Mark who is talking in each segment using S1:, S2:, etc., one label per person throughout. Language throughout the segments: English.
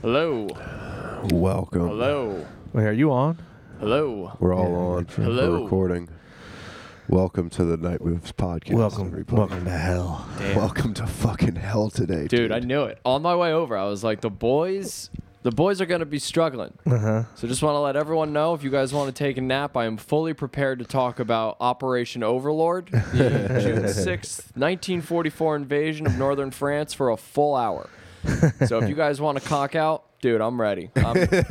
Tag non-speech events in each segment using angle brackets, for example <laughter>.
S1: Hello.
S2: Welcome.
S1: Hello.
S3: Wait, are you on?
S1: Hello.
S2: We're all on.
S1: Hello.
S2: We're recording. Welcome to the Night Moves podcast. everybody.
S3: to hell.
S1: Damn.
S2: Welcome to fucking hell today, dude.
S1: Dude, I knew it. On my way over, I was like, the boys, the boys are going to be struggling.
S3: Uh
S2: Uh-huh.
S3: huh.
S1: So just want to let everyone know if you guys want to take a nap, I am fully prepared to talk about Operation Overlord,
S2: <laughs>
S1: the June 6th, 1944 invasion of northern France for a full hour. So if you guys want to cock out, dude, I'm ready. I'm, Would it-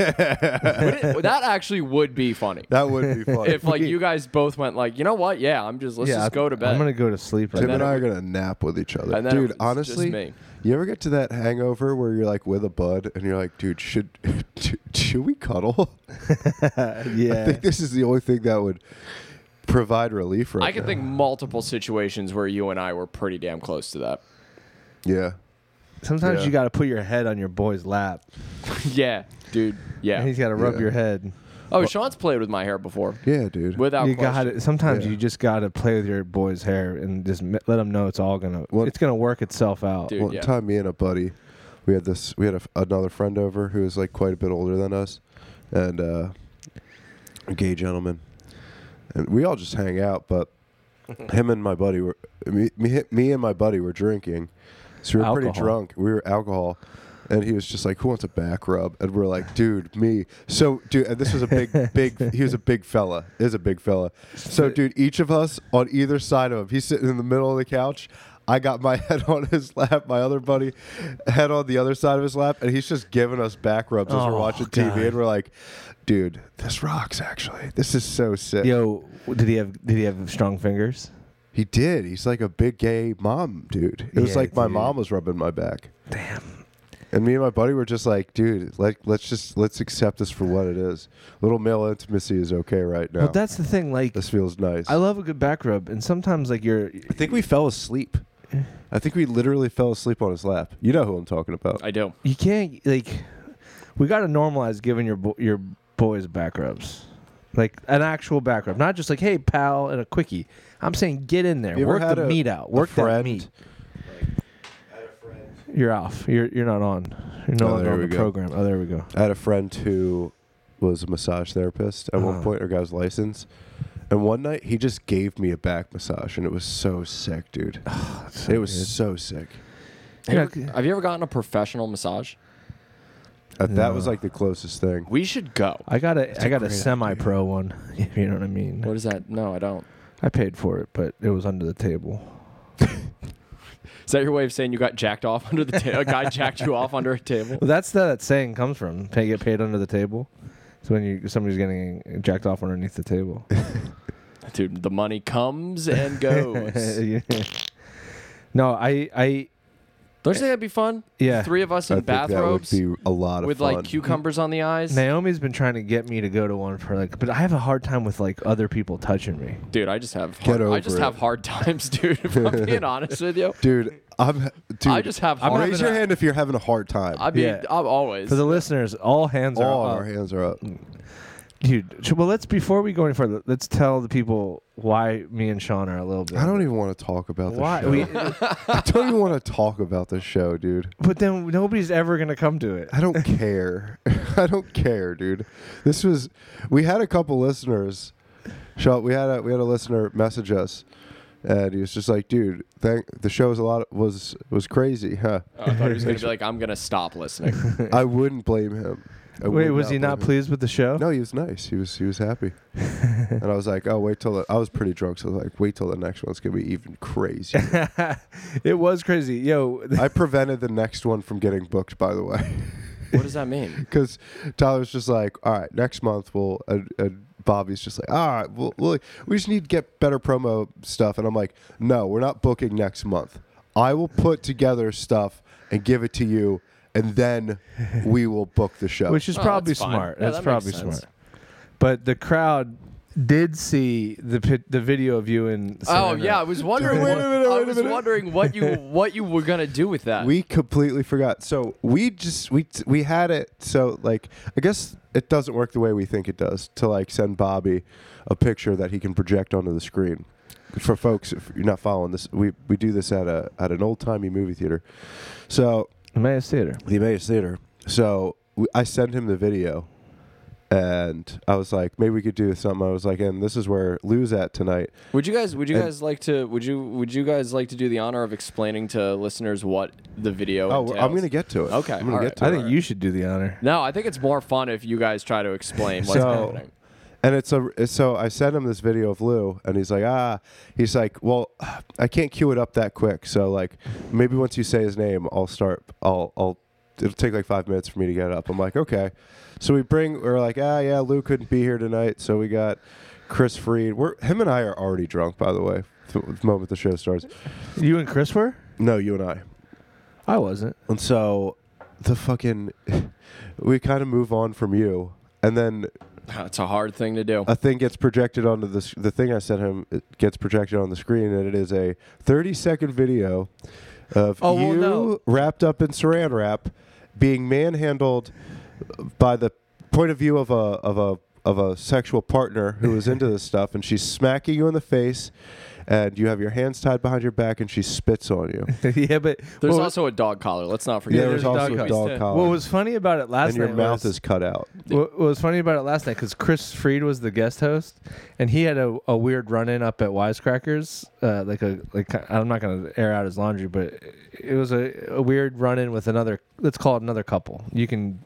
S1: that actually would be funny.
S2: <laughs> that would
S3: <laughs>
S2: be fun.
S1: If like you guys both went like, you know what? Yeah, I'm just let's
S3: yeah,
S1: just go to bed.
S3: I'm gonna go to sleep. Right
S2: Tim and <laughs>
S3: now.
S2: I are gonna nap with each other,
S1: And then it
S2: dude.
S1: was just
S2: honestly,
S1: me.
S2: you ever get to that hangover where you're like with a bud and you're like, dude, should <laughs> should we cuddle? I
S3: yeah.
S2: think this is the only thing that would provide relief right
S1: I can
S2: now.
S1: think multiple situations where you and I were pretty damn close to that. <laughs>
S2: Yeah.
S3: Sometimes
S2: Yeah.
S3: you gotta put your head on your boy's lap,
S1: yeah, dude. Yeah.
S3: and he's gotta rub
S2: Yeah.
S3: your head.
S1: oh, Sean's played with my hair before,
S2: Yeah, dude.
S1: without
S3: you
S1: question.
S3: got it. Sometimes
S2: Yeah.
S3: you just gotta play with your boy's hair and just m- let him know it's all gonna.
S2: Well-
S3: it's gonna work itself out.
S1: Dude.
S2: One
S1: yeah.
S2: time, me and a buddy, we had this. We had a, another friend over who was like quite a bit older than us, and uh, a gay gentleman, and we all just hang out. But him and my buddy were me, me, me and my buddy were drinking, so we were pretty
S3: Alcohol.
S2: drunk. We were alcohol. And he was just like, "Who wants a back rub?" And we're like, "Dude, me." So, dude, and this was a
S3: <laughs>
S2: big, big. He was a big fella. Is a big fella. So, dude, each of us on either side of him. He's sitting in the middle of the couch. I got my <laughs> head on his lap. My other buddy head on the other side of his lap, and he's just giving us back rubs as we're
S3: Oh,
S2: watching
S3: God.
S2: TV. And we're like, "Dude, this rocks. Actually, this is so sick."
S3: Yo, did he have? Did he have strong fingers?
S2: He did. He's like a big gay mom, dude. It was
S3: Yeah,
S2: like my
S3: dude.
S2: mom was rubbing my back. Damn. And me and my buddy were just like, dude, like let's just let's accept this for what it is. Little male intimacy is okay right now.
S3: Well, that's the thing. Like,
S2: this feels nice.
S3: I love a good back rub, and sometimes like you're.
S2: I think we fell asleep. I think we literally fell asleep on his lap. You know who I'm talking about.
S1: I do.
S3: You can't like. We gotta normalize giving your bo- your boys back rubs, like an actual back rub, not just like hey pal and a quickie. I'm saying get in there,
S2: You ever
S3: work
S2: had
S3: the
S2: a-
S3: meat out,
S2: a
S3: work that
S2: friend-
S3: meat. You're off. You're you're not on. You're no
S2: Oh,
S3: longer
S2: there
S3: on
S2: we
S3: the
S2: go.
S3: program. Oh, there we go.
S2: I had a friend who was a massage therapist at one
S3: Uh-huh.
S2: point or got his license. And one night he just gave me a back massage and it was so sick, dude. it was so sick.
S3: Yeah,
S1: Have you ever- have you ever gotten a professional massage?
S2: Uh, That was
S3: No.
S2: like the closest thing.
S1: We should go.
S3: I got a I got a
S2: great
S3: semi-pro one. <laughs> If you know what I mean.
S1: What is that? No, I don't.
S3: I paid for it, but it was under the table.
S1: Is that your way of saying you got jacked off under the table? a
S2: <laughs>
S1: guy jacked you off under a table?
S3: Well, that's that, that saying comes from. Pay, get paid under the table. It's when you somebody's getting jacked off underneath the table.
S1: Dude, the money comes
S2: <laughs>
S1: and goes.
S3: Yeah. <laughs> no, I I
S1: Don't you think that'd be fun?
S3: yeah.
S1: Three of us
S2: I
S1: in
S2: think
S1: bathrobes
S2: that would be a lot of
S1: with
S2: fun.
S1: like cucumbers on the eyes.
S3: Naomi's been trying to get me to go to one for like, but I have a hard time with like other people touching me.
S1: Dude, I just have
S2: Get
S1: hard, I just
S2: over it.
S1: have hard <laughs> times, dude. If I'm
S2: <laughs>
S1: being honest with you,
S2: dude. I'm dude.
S1: I just have
S3: I'm
S1: hard.
S2: raise your hand if you're having a hard time.
S1: I mean,
S3: Yeah.
S1: I'm always.
S3: For the listeners, all hands
S2: uh, All
S3: are up.
S2: our hands are up.
S3: Dude, sh- well, let's before we go any further, let's tell the people why me and Sean are a little bit.
S2: I don't even want to talk about this
S3: why
S2: show.
S3: we,
S2: <laughs> I don't even want to talk about this show, dude.
S3: <laughs> but then nobody's ever gonna come to it.
S2: I
S3: <laughs>
S2: don't care. <laughs> I don't care, dude. This was we had a couple listeners. Shall we had a we had a listener message us, and he was just like, "Dude, thank the show was a lot was was crazy,
S3: <laughs>
S2: huh?"
S1: <laughs> Oh, I thought he was gonna be like, I'm gonna stop
S2: <laughs>
S1: listening.
S2: I wouldn't blame him. I
S3: Wait,
S2: would
S3: was he not
S2: blame him.
S3: pleased with the show?
S2: No, he was nice. He was he was happy. and I was like, oh, wait till the, I was pretty drunk, so I was like, wait till the next one's gonna be even crazier.
S3: it was crazy. Yo,
S2: <laughs>
S3: <laughs>
S2: I prevented the next one from getting booked, by the way, <laughs>
S1: what does that mean?
S2: because Tyler's just like, all right, next month we'll. And, and Bobby's just like, all right, we'll, we'll, we just need to get better promo stuff. And I'm like, no, we're not booking next month. I will put together stuff and give it to you, and then we will book the show.
S3: which is
S1: Oh,
S3: probably
S1: that's fine.
S3: smart.
S1: Yeah,
S3: that's
S1: that
S3: probably
S1: makes sense.
S3: smart. But the crowd did see the pi- the video of you and.
S1: Oh
S3: Serena.
S1: yeah, I was wondering.
S2: Wait a
S1: what,
S2: minute,
S1: I
S2: wait a
S1: was
S2: minute.
S1: wondering what
S2: <laughs>
S1: you what you were gonna do with that.
S2: we completely forgot. So we just we we had it. So like I guess it doesn't work the way we think it does to like send Bobby a picture that he can project onto the screen. For folks, if you're not following this, we, we do this at a at an old timey movie theater. So
S3: Emmaus Theater.
S2: the Emmaus Theater. So we, I sent him the video, and I was like, maybe we could do something. I was like, and this is where Lou's at tonight.
S1: Would you guys? Would you
S2: And-
S1: guys like to? Would you? Would you guys like to do the honor of explaining to listeners what the video?
S2: Oh, I'm
S1: entails?
S2: gonna get to it.
S1: Okay,
S2: I'm gonna
S1: all
S2: get
S1: right.
S2: to
S3: I
S2: it.
S3: think you should do the honor.
S1: No, I think it's more fun if you guys try to explain what's
S2: So-
S1: happening.
S2: And it's a so I sent him this video of Lou, and he's like, ah, he's like, well, I can't cue it up that quick. So like, maybe once you say his name, I'll start. I'll I'll. It'll take like five minutes for me to get it up. I'm like, okay. So we bring. We're like, ah, yeah, Lou couldn't be here tonight, so we got Chris Freed. We're him and I are already drunk, by the way. The moment the show starts.
S3: You and Chris were?
S2: No, you and I.
S3: I wasn't.
S2: And so, the fucking, <laughs> we kind of move on from you, and then
S1: It's a hard thing to do.
S2: a thing gets projected onto the s- the thing I sent him it gets projected on the screen, and it is a 30 second video of
S3: Oh,
S2: you
S3: well, no.
S2: wrapped up in Saran wrap being manhandled by the point of view of a of a of a sexual partner who is into this stuff, and she's smacking you in the face, and you have your hands tied behind your back, and she spits on you.
S3: <laughs> yeah, but
S1: There's
S3: what,
S1: also a dog collar. Let's not
S2: Yeah,
S1: forget.
S2: there
S3: there's
S2: was
S3: a
S2: also
S3: dog
S2: a
S1: collar.
S2: dog collar,
S3: what was funny about it last
S2: Oh, and your
S3: night
S2: mouth
S3: was,
S2: is cut out.
S3: what, what was funny about it last night because Chris Freed was the guest host, and he had a, a weird run in up at Wisecrackers. Uh, like a like I'm not gonna air out his laundry, but it was a, a weird run in with another. Let's call it another couple. You can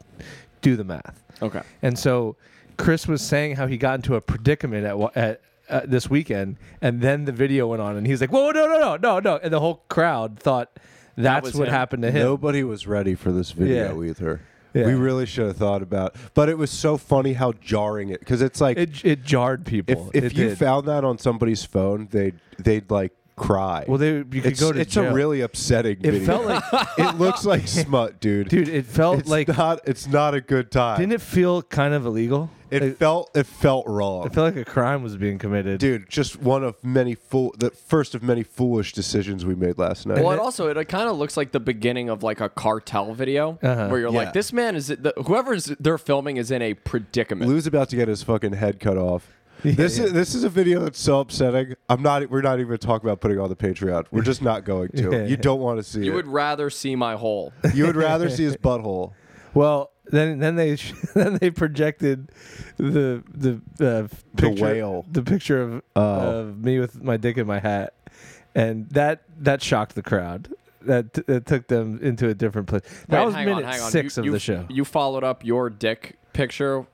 S3: do the math.
S1: Okay.
S3: And so Chris was saying how he got into a predicament at wa- at uh, this weekend, and then the video went on, and he's like, "Whoa, no, no, no, no, no!" And the whole crowd thought that's
S1: was
S3: what
S1: him.
S3: happened to him.
S2: Nobody was ready for this video
S3: Yeah.
S2: either.
S3: Yeah.
S2: We really should have thought about, but it was so funny how jarring it because it's like
S3: It it jarred
S2: if,
S3: people.
S2: if
S3: It
S2: you
S3: did.
S2: found that on somebody's phone, they'd they'd like cry.
S3: well, they you could
S2: it's
S3: go to
S2: it's
S3: jail.
S2: a really upsetting.
S3: It
S2: video.
S3: felt like,
S2: <laughs> it looks
S3: <laughs>
S2: like smut, dude.
S3: dude. It felt
S2: it's
S3: like
S2: not it's not a good time.
S3: didn't it feel kind of illegal?
S2: it,
S3: it,
S2: felt it felt wrong,
S3: it felt like a crime was being committed.
S2: dude. Just one of many fool the first of many foolish decisions we made last night.
S1: Well, it also it kind of looks like the beginning of like a cartel video
S3: Uh-huh.
S1: where you're
S2: Yeah.
S1: like, this man is the, whoever's they're filming is in a predicament.
S2: Lou's about to get his fucking head cut off. this is this is a video that's so upsetting. I'm not. We're not even talking about putting it on the Patreon. We're just not going to.
S3: <laughs> Yeah.
S2: You don't want to see
S1: you
S2: it.
S1: would rather see my hole. <laughs>
S2: you would rather see his butthole.
S3: Well, then then they sh- <laughs> then they projected the the uh, picture,
S2: whale.
S3: the picture of
S2: Oh.
S3: of me with my dick in my hat, and that that shocked the crowd. That t- that took them into a different place. <laughs> That
S1: Wait,
S3: was
S1: hang on,
S3: minute
S1: hang on.
S3: six
S1: You-
S3: of
S1: you-
S3: the show.
S1: You followed up your dick picture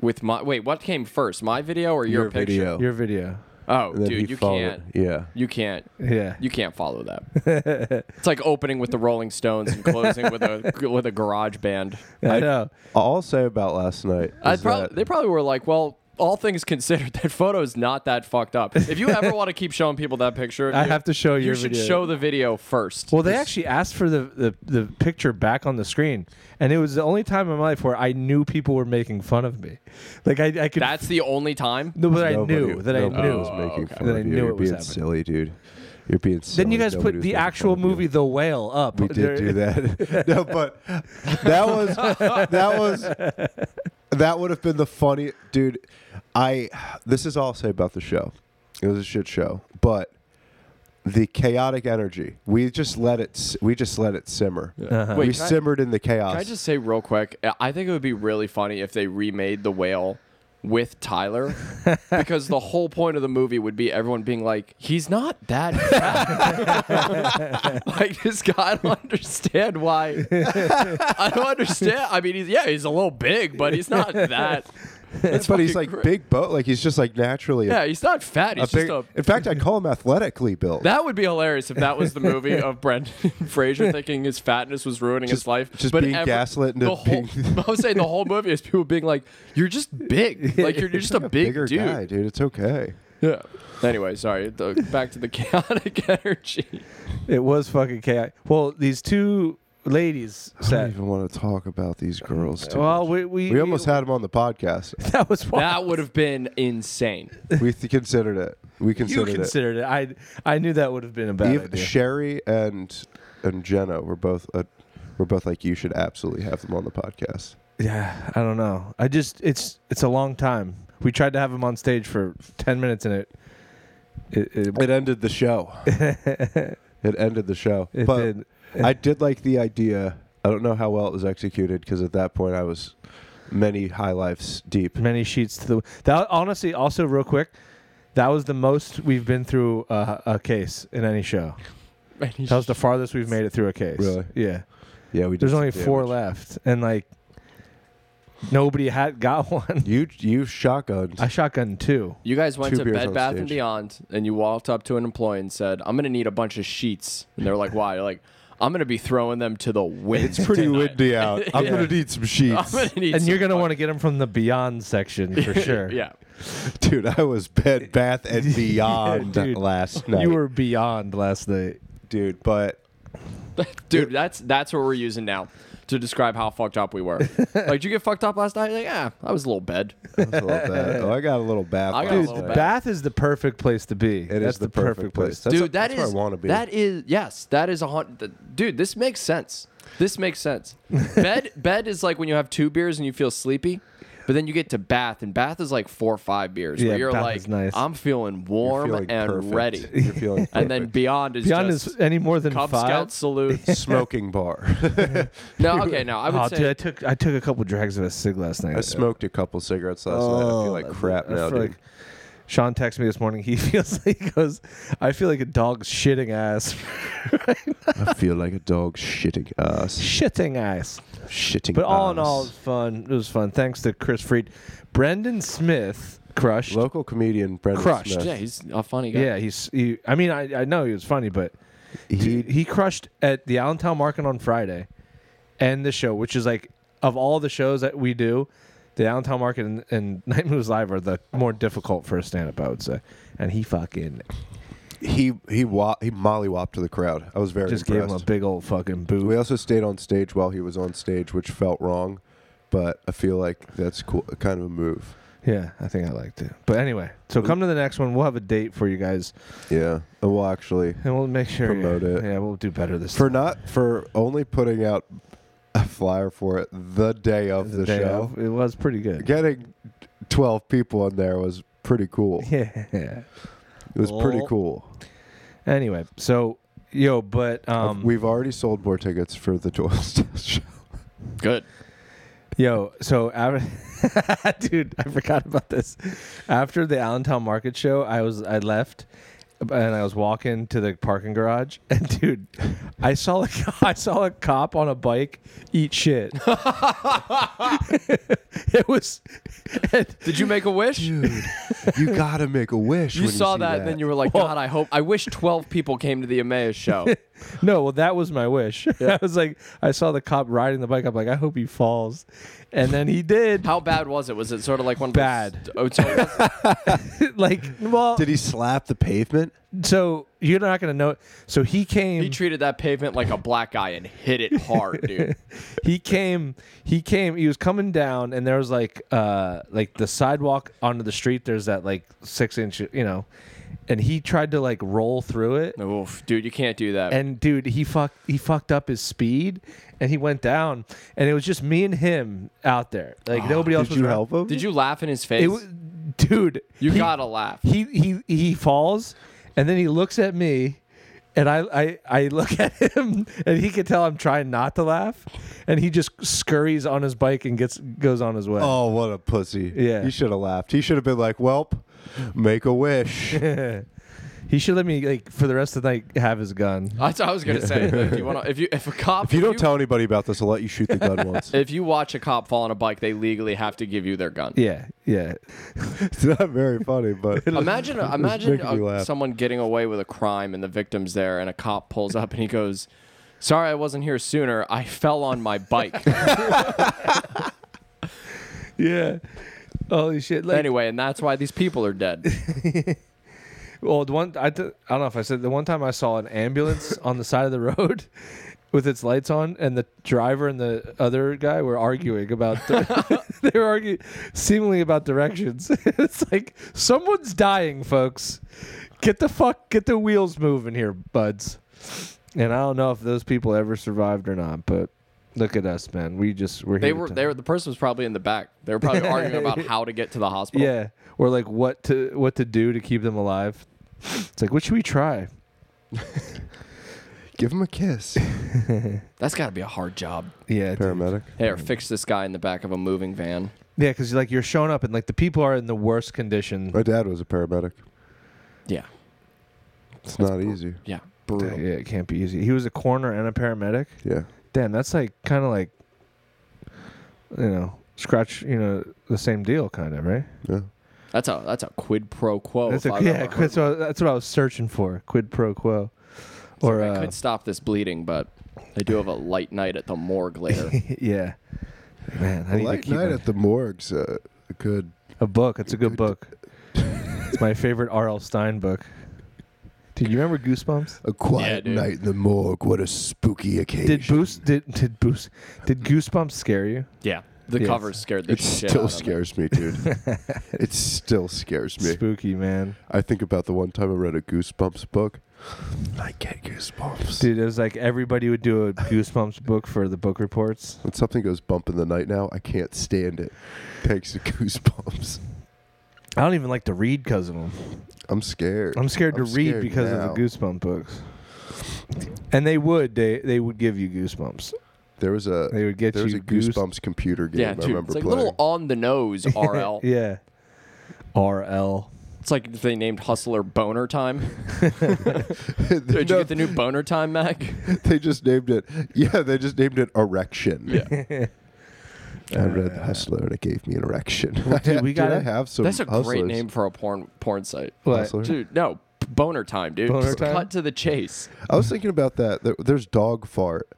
S1: with my wait. What came first, my video or your, picture?
S2: video.
S3: Your video,
S1: Oh,
S2: And then he
S1: dude, you
S2: followed-
S1: can't.
S2: Yeah.
S1: You can't.
S3: yeah.
S1: You can't follow that.
S2: <laughs>
S1: it's like opening with the Rolling Stones and closing with a with a garage band.
S3: I know.
S2: All I'll say about last night
S1: I
S2: is
S1: prob-
S2: that
S1: they probably were like, well, all things <laughs> considered, that photo's not that fucked up. If you ever want to keep showing people that picture, of
S3: <laughs> I
S1: you,
S3: have to show
S1: you
S3: your
S1: should
S3: video.
S1: show the video first.
S3: Well, they actually asked for the, the, the picture back on the screen, and it was the only time in my life where I knew people were making fun of me. Like I, I could
S1: that's the only time.
S3: no, but I
S2: nobody-
S3: knew that I
S2: nobody
S3: knew.
S2: was making
S1: Oh, okay.
S2: fun
S3: That I
S2: of you.
S3: knew
S2: You're
S3: it was
S2: being
S3: happening.
S2: silly, dude. You're being silly.
S3: Then you guys
S2: Nobody
S3: put
S2: was
S3: the
S2: making fun
S3: actual
S2: of you.
S3: movie The Whale up.
S2: We did do that. <laughs> no, but that was that was that would have been the funny dude. I this is all I'll say about the show. It was a shit show, but the chaotic energy. We just let it. s- We just let it simmer.
S3: Uh-huh.
S1: Wait,
S2: we
S1: can I-
S2: simmered in the chaos.
S1: Can I just say real quick? I- I think it would be really funny if they remade the whale with
S2: <laughs>
S1: Tyler, because the whole point of the movie would be everyone being like, "He's not
S2: <laughs>
S1: that bad." <laughs> like this guy. I don't understand why. I don't understand. I mean, he's yeah, he's a little big, but he's not that. That's
S2: <laughs> but he's
S1: fucking
S2: like
S1: great.
S2: big boat. Like he's just like naturally. a-
S1: Yeah, he's not fat.
S2: a
S1: He's
S2: big-
S1: just a.
S2: in fact, I call him athletically built.
S1: That would be hilarious if that was the
S2: <laughs>
S1: movie of Brendan <laughs> Fraser thinking his fatness was ruining
S2: Just-
S1: his life.
S2: just being gaslit into
S1: the whole, <laughs>
S2: being-
S1: I was saying the whole movie is people being like, "You're just
S2: <laughs>
S1: big. Like you're, you're just a big
S2: bigger
S1: dude."
S2: guy, dude. It's okay.
S1: Yeah. Anyway, sorry. the- back to the <laughs> chaotic energy.
S3: It was fucking chaos. Well, these two ladies
S2: I don't
S3: said.
S2: even want to talk about these girls. Too
S3: Well,
S2: much.
S3: we we,
S2: we almost had him on the podcast.
S3: <laughs> that was why
S1: That would have been insane.
S2: we th- considered it. We <laughs>
S3: you
S2: considered,
S3: considered it. I I knew that would have been a
S2: it.
S3: bad
S2: Eve,
S3: idea.
S2: Sherry and and Jenna were both uh, were both like you should absolutely have them on the podcast.
S3: yeah, I don't know. I just it's it's a long time. We tried to have him on stage for ten minutes, and it it it,
S2: It ended the show. it ended the show.
S3: <laughs> it
S2: but
S3: did.
S2: I did like the idea I don't know how well it was executed because at that point I was many high lives deep.
S3: many sheets to the that honestly also real quick that was the most we've been through a, a case in any show that was the farthest we've made it through a case
S2: Really?
S3: yeah
S2: Yeah, we. Did
S3: there's
S2: some
S3: only four
S2: damage.
S3: left and like nobody had got <laughs> one
S2: You you shotgunned.
S3: i shotgun two
S1: You guys went
S2: Two
S1: to
S2: beers
S1: Bed
S2: on
S1: Bath and
S2: stage.
S1: Beyond, and you walked up to an employee and said, "I'm gonna need a bunch of sheets." And they're like, "Why?" You're like, "I'm gonna be throwing them to the wind.
S2: it's pretty
S1: tonight.
S2: windy
S3: <laughs>
S2: out. I'm
S1: Yeah.
S2: gonna need
S1: <laughs>
S2: some
S1: I'm
S2: sheets,
S1: gonna need
S3: and you're
S1: some
S3: gonna want to get them from the beyond section
S1: <laughs>
S3: for
S1: fucking-
S3: sure
S1: yeah,
S2: dude. I was Bed Bath
S3: <laughs>
S2: and Beyond
S3: dude.
S2: last night,
S3: you were beyond last night
S2: dude. But
S1: <laughs> dude. That's that's what we're using now to describe how fucked up we were. like, did you get fucked up last night? Like, yeah, I was a little bed.
S2: I, was a little bad. Oh, I got a little bath.
S1: I got a
S2: last
S3: dude
S1: little
S2: night.
S1: bad.
S3: bath is the perfect place to be
S2: It is
S3: that's the, perfect place,
S2: That's
S1: dude, that
S2: that's
S1: is-
S2: where I want to be.
S1: That is yes, that is a haunt. th- Dude, this makes sense. This makes sense. bed bed is like when you have two beers and you feel sleepy, but then you get to bath and bath is like four or five beers
S3: Yeah,
S1: where you're
S3: bath
S1: like,
S3: is nice.
S1: I'm feeling
S2: You're
S1: warm
S2: feeling
S1: and
S2: perfect.
S1: ready.
S2: <laughs> You're feeling
S1: And then beyond is
S3: beyond
S1: just
S3: is any more than
S1: Cub
S3: five
S1: Scout salute.
S2: perfect. <laughs> smoking bar.
S3: <laughs>
S1: no, okay, no, I would
S3: oh,
S1: say
S3: dude, I took I took a couple drags of a cig last night.
S2: I smoked a couple cigarettes last night. I feel like crap now,
S3: Oh, feel
S2: dude.
S3: like- Sean texted me this morning. <laughs> He feels like he goes, I feel like a dog's shitting ass. <laughs>
S2: I feel like a dog shitting ass.
S3: shitting ass.
S2: Shitting
S3: But all in all, it was
S2: ass.
S3: fun. It was fun. Thanks to Chris Fried. Brendan Smith crushed.
S2: local comedian Brendan
S3: Crushed.
S2: Smith,
S1: yeah, he's a funny guy.
S3: yeah, he's. He, I mean, I, I know he was funny, but
S2: he
S3: he, he crushed at the Allentown Market on Friday and the show, which is like, of all the shows that we do, the Allentown Market and, and <laughs> Night Moves Live are the more difficult for a stand up, I would say. And he fucking
S2: he he wa- he mollywopped to the crowd. I was very
S3: just gave him a
S2: impressed.
S3: big old fucking boot.
S2: we also stayed on stage while he was on stage, which felt wrong, but I feel like that's cool, kind of a move.
S3: Yeah, I think I liked it. But anyway, so come to the next one. We'll have a date for you guys,
S2: Yeah, and we'll actually
S3: and we'll make sure
S2: Promote it.
S3: Yeah, we'll do better this
S2: for
S3: time.
S2: not for only putting out a flyer for it the day of the,
S3: day
S2: show.
S3: of. It was pretty good.
S2: Getting twelve people in there was pretty cool.
S3: <laughs> Yeah.
S2: It was pretty
S1: Well,
S2: cool.
S3: Anyway, so yo, but um,
S2: We've already sold more tickets for the <laughs> Doyle Styles show.
S1: Good.
S3: yo, so after, <laughs> dude, I forgot about this. After the Allentown Market show, I was I left. And I was walking to the parking garage, <laughs> and dude, I saw a, <laughs> I saw a cop on a bike eat shit. <laughs> it was, and
S1: Did you make a
S2: <laughs>
S1: wish?
S2: Dude, <laughs> you gotta make a wish.
S1: You
S2: when
S1: saw
S2: see
S1: that, and then you were like, God, I hope I wish twelve people came to the Emmaus
S2: <laughs>
S1: show.
S3: No, well, that was my wish. <laughs> I was like, I saw the cop riding the bike. I'm like, I hope he falls, and then he did.
S1: How bad was it? Was it sort of like one of
S3: Bad.
S1: Those, oh, so <laughs> it
S2: <laughs>
S1: was-
S3: like, well,
S2: Did he slap the pavement?
S3: so you're not gonna know. So he came.
S1: he treated that pavement like a black guy and hit it hard, dude.
S2: <laughs>
S3: he came he came he was coming down and there was like uh like the sidewalk onto the street there's that like six inch you know and he tried to like roll through it
S1: Oof, dude, you can't do that.
S3: and dude he fucked he fucked up his speed and he went down and it was just me and him out there like nobody else
S2: Did
S3: was
S2: you
S3: around.
S2: help him?
S1: Did you laugh in his face?
S3: it was dude
S1: you
S3: he-
S1: gotta laugh.
S3: he he he falls and then he looks at me and I, I I look <laughs> at him and he can tell I'm trying not to laugh and he just scurries on his bike and gets goes on his way.
S2: Oh, what a pussy!
S3: Yeah.
S2: he should have laughed. He should have been like, "Welp, make
S1: <laughs>
S2: a wish."
S3: He should let me like for the rest of the night have his gun.
S1: That's what I was gonna say. Like, do you wanna, if you if a cop
S2: if you don't tell anybody about this, I'll let you shoot the
S1: <laughs>
S2: gun once.
S1: if you watch a cop fall on a bike, they legally have to give you their gun.
S3: Yeah, yeah.
S2: it's not very
S1: <laughs>
S2: funny, but <laughs>
S1: Imagine imagine
S2: making me
S1: a-
S2: laugh.
S1: someone getting away with a crime and the victim's there, and a cop pulls up and he goes, "Sorry, I wasn't here sooner. I fell on my bike."
S3: Yeah. Holy shit. Like
S1: anyway, and that's why these people are dead.
S3: Well, the one I, th- I don't know if I said the one time I saw an ambulance <laughs> on the side of the road <laughs> with its lights on, and the driver and the other guy were arguing about
S1: <laughs>
S3: <laughs> they were arguing seemingly about directions. <laughs> it's like someone's dying, folks. Get the fuck, get the wheels moving here, buds. And I don't know if those people ever survived or not, but look at us, man. We just we're here.
S1: They
S3: to
S1: were
S3: tell-
S1: they were the person was probably in the back. They were probably arguing about how to get to the hospital.
S3: <laughs> yeah, or like what to what to do to keep them alive. It's like what should we try?
S2: give him a kiss.
S1: That's got to be a hard job.
S3: Yeah, dude.
S2: Paramedic.
S1: Hey, or fix this guy in the back of a moving van.
S3: yeah, because like you're showing up and like the people are in the worst condition.
S2: My dad was a paramedic.
S1: Yeah,
S2: It's not easy.
S1: yeah,
S3: Yeah,
S1: brutal.
S3: it can't be easy. He was a coroner and a paramedic.
S2: Yeah.
S3: Damn, that's like kind of like, you know, scratch, you know, the same deal, kind of, right?
S2: Yeah.
S1: That's a that's a quid pro quo.
S3: that's
S1: if
S3: a,
S1: I've
S3: yeah,
S1: ever
S3: quid,
S1: heard.
S3: so that's what I was searching for, quid pro quo,
S1: Or
S3: or
S1: I
S3: uh, <laughs>
S1: could stop this bleeding, but I do have a light night at the morgue
S3: <laughs>
S1: later.
S3: yeah. Man, I
S2: A
S3: need to
S2: Light
S3: keep
S2: night
S3: a,
S2: at the morgue's uh, a good.
S3: a book. It's a good
S2: Good-
S3: book. it's my favorite R.L. Stein book. Dude, you remember Goosebumps?
S2: A quiet
S1: dude.
S2: night in the morgue. What a spooky occasion.
S3: Did Boost did did Boost did Goosebumps scare you?
S1: yeah, the
S3: Yes.
S1: covers scared the
S2: It
S1: shit
S2: still
S1: out of me.
S2: scares me,
S3: <laughs>
S2: dude. it still scares me.
S3: Spooky man.
S2: I think about the one time I read a Goosebumps book. I get goosebumps.
S3: Dude, it was like everybody would do a <laughs> Goosebumps book for the book reports.
S2: When something goes bump in the night now, I can't stand it. Thanks to <laughs> goosebumps.
S3: I don't even like to read because of them.
S2: I'm scared.
S3: I'm scared to
S2: I'm
S3: read
S2: scared
S3: because
S2: now.
S3: of the Goosebump books. And they would they they would give you goosebumps.
S2: there was a
S3: They would get
S2: there was
S3: you
S2: a goosebumps computer game
S1: Yeah,
S2: I
S1: dude,
S2: remember
S1: it's like
S2: playing.
S1: little on the nose RL.
S3: Yeah.
S2: <laughs>
S3: RL.
S1: It's like if they named Hustler Boner Time.
S2: <laughs> they,
S1: Did you get the new Boner Time, Mac?
S2: they just named it. Yeah, they just named it erection.
S1: Yeah.
S2: <laughs> I read The Hustler and it gave me an erection.
S3: dude, we
S2: <laughs>
S3: gotta-
S2: I have some.
S1: That's a great
S2: Hustlers.
S1: name for a porn porn site.
S3: What?
S2: Hustler.
S1: Dude, no, Boner Time, dude.
S3: Boner
S1: Just
S3: Time?
S1: Cut to the chase.
S2: I was thinking about that. There- There's dog fart.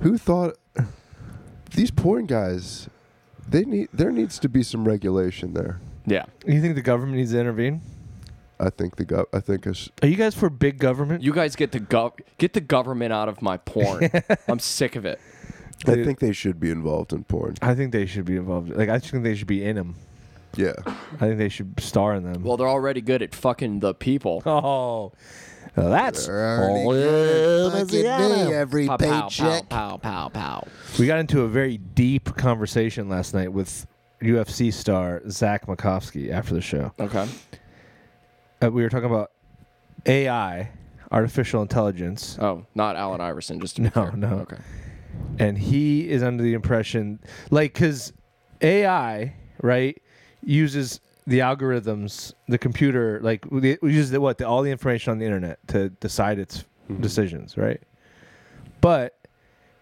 S2: Who thought these porn guys? They need. There needs to be some regulation there.
S1: Yeah.
S3: You think the government needs to intervene?
S2: I think the gov. I think it's
S3: Are you guys for big government?
S1: You guys get the gov get the government out of my
S3: <laughs>
S1: porn. I'm sick of it.
S2: I
S3: Dude.
S2: think they should be involved in porn.
S3: I think they should be involved. Like I think they should be in them.
S2: Yeah.
S3: I think they should star in them.
S1: Well, they're already good at fucking the people.
S3: <laughs> oh, that's Louisiana.
S2: every
S1: Pow, pow, pow, pow, pow, pow.
S3: We got into a very deep conversation last night with UFC star Zach Makovsky after the show.
S1: Okay.
S3: Uh, we were talking about AI, artificial intelligence,
S1: Oh, not Allen Iverson, just to be
S3: No,
S1: clear.
S3: no.
S1: Okay.
S3: and he is under the impression, like, because AI, right, uses the algorithms, the computer, like, we we uses the, what the, all the information on the internet to decide its decisions, right? But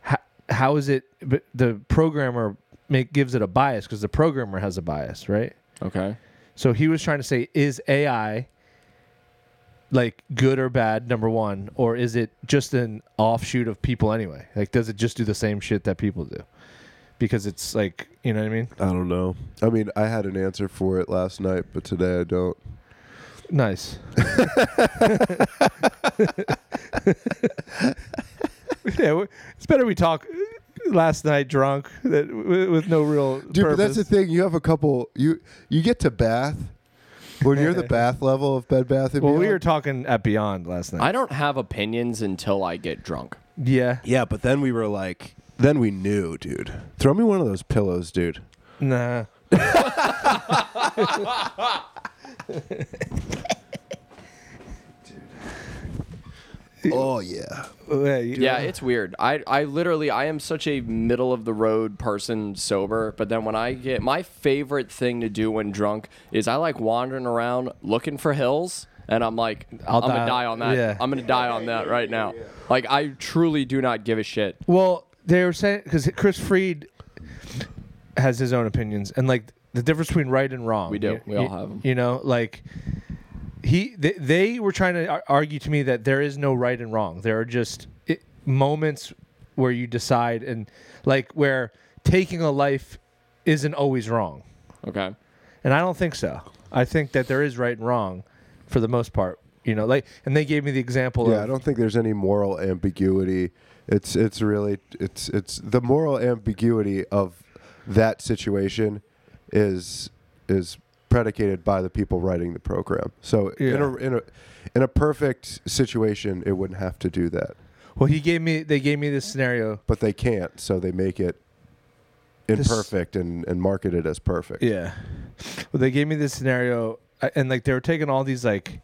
S3: how, how is it? But the programmer make, gives it a bias because the programmer has a bias, right?
S1: Okay.
S3: So he was trying to say, is AI like good or bad? Number one, or is it just an offshoot of people anyway? Like, does it just do the same shit that people do? Because it's like, you know what I mean?
S2: I don't know. I mean, I had an answer for it last night, but today I don't.
S3: Nice. <laughs> yeah, we- it's better we talk uh, last night drunk that with, with no real
S2: Dude, but that's
S3: purpose.
S2: the thing. You have a couple. You you get to bath when you're <laughs> the bath level of Bed Bath and
S3: well, we
S2: Beyond.
S3: were talking at Beyond last night.
S1: I don't have opinions until I get drunk.
S3: yeah.
S2: Yeah, but then we were like, then we knew, dude. Throw me one of those pillows, dude.
S3: Nah.
S2: Oh yeah.
S3: Yeah,
S1: Yeah, it's weird. I, I literally I am such a middle of the road person sober, but then when I get my favorite thing to do when drunk is I like wandering around looking for hills and I'm like i
S3: I'll
S1: am gonna
S3: die-
S1: die on that.
S3: yeah.
S1: I'm gonna die on that right now. Like I truly do not give a shit.
S3: Well, they were saying because Chris Freed has his own opinions, and like the difference between right and wrong.
S1: We do.
S3: You-
S1: We all
S3: you-
S1: have 'em.
S3: You know, like he they, they were trying to ar- argue to me that there is no right and wrong. There are just it, moments where you decide, and like where taking a life isn't always wrong.
S1: Okay.
S3: And I don't think so. I think that there is right and wrong for the most part. You know, like, and they gave me the example
S2: Yeah, I
S3: of
S2: don't think there's any moral ambiguity. It's it's really it's it's the moral ambiguity of that situation is is predicated by the people writing the program. So in a
S3: Yeah.
S2: in a in a perfect situation, it wouldn't have to do that,
S3: well, he gave me they gave me this scenario
S2: but they can't, so they make it imperfect and and market it as perfect.
S3: Yeah. Well, they gave me this scenario, uh, I- and like they were taking all these like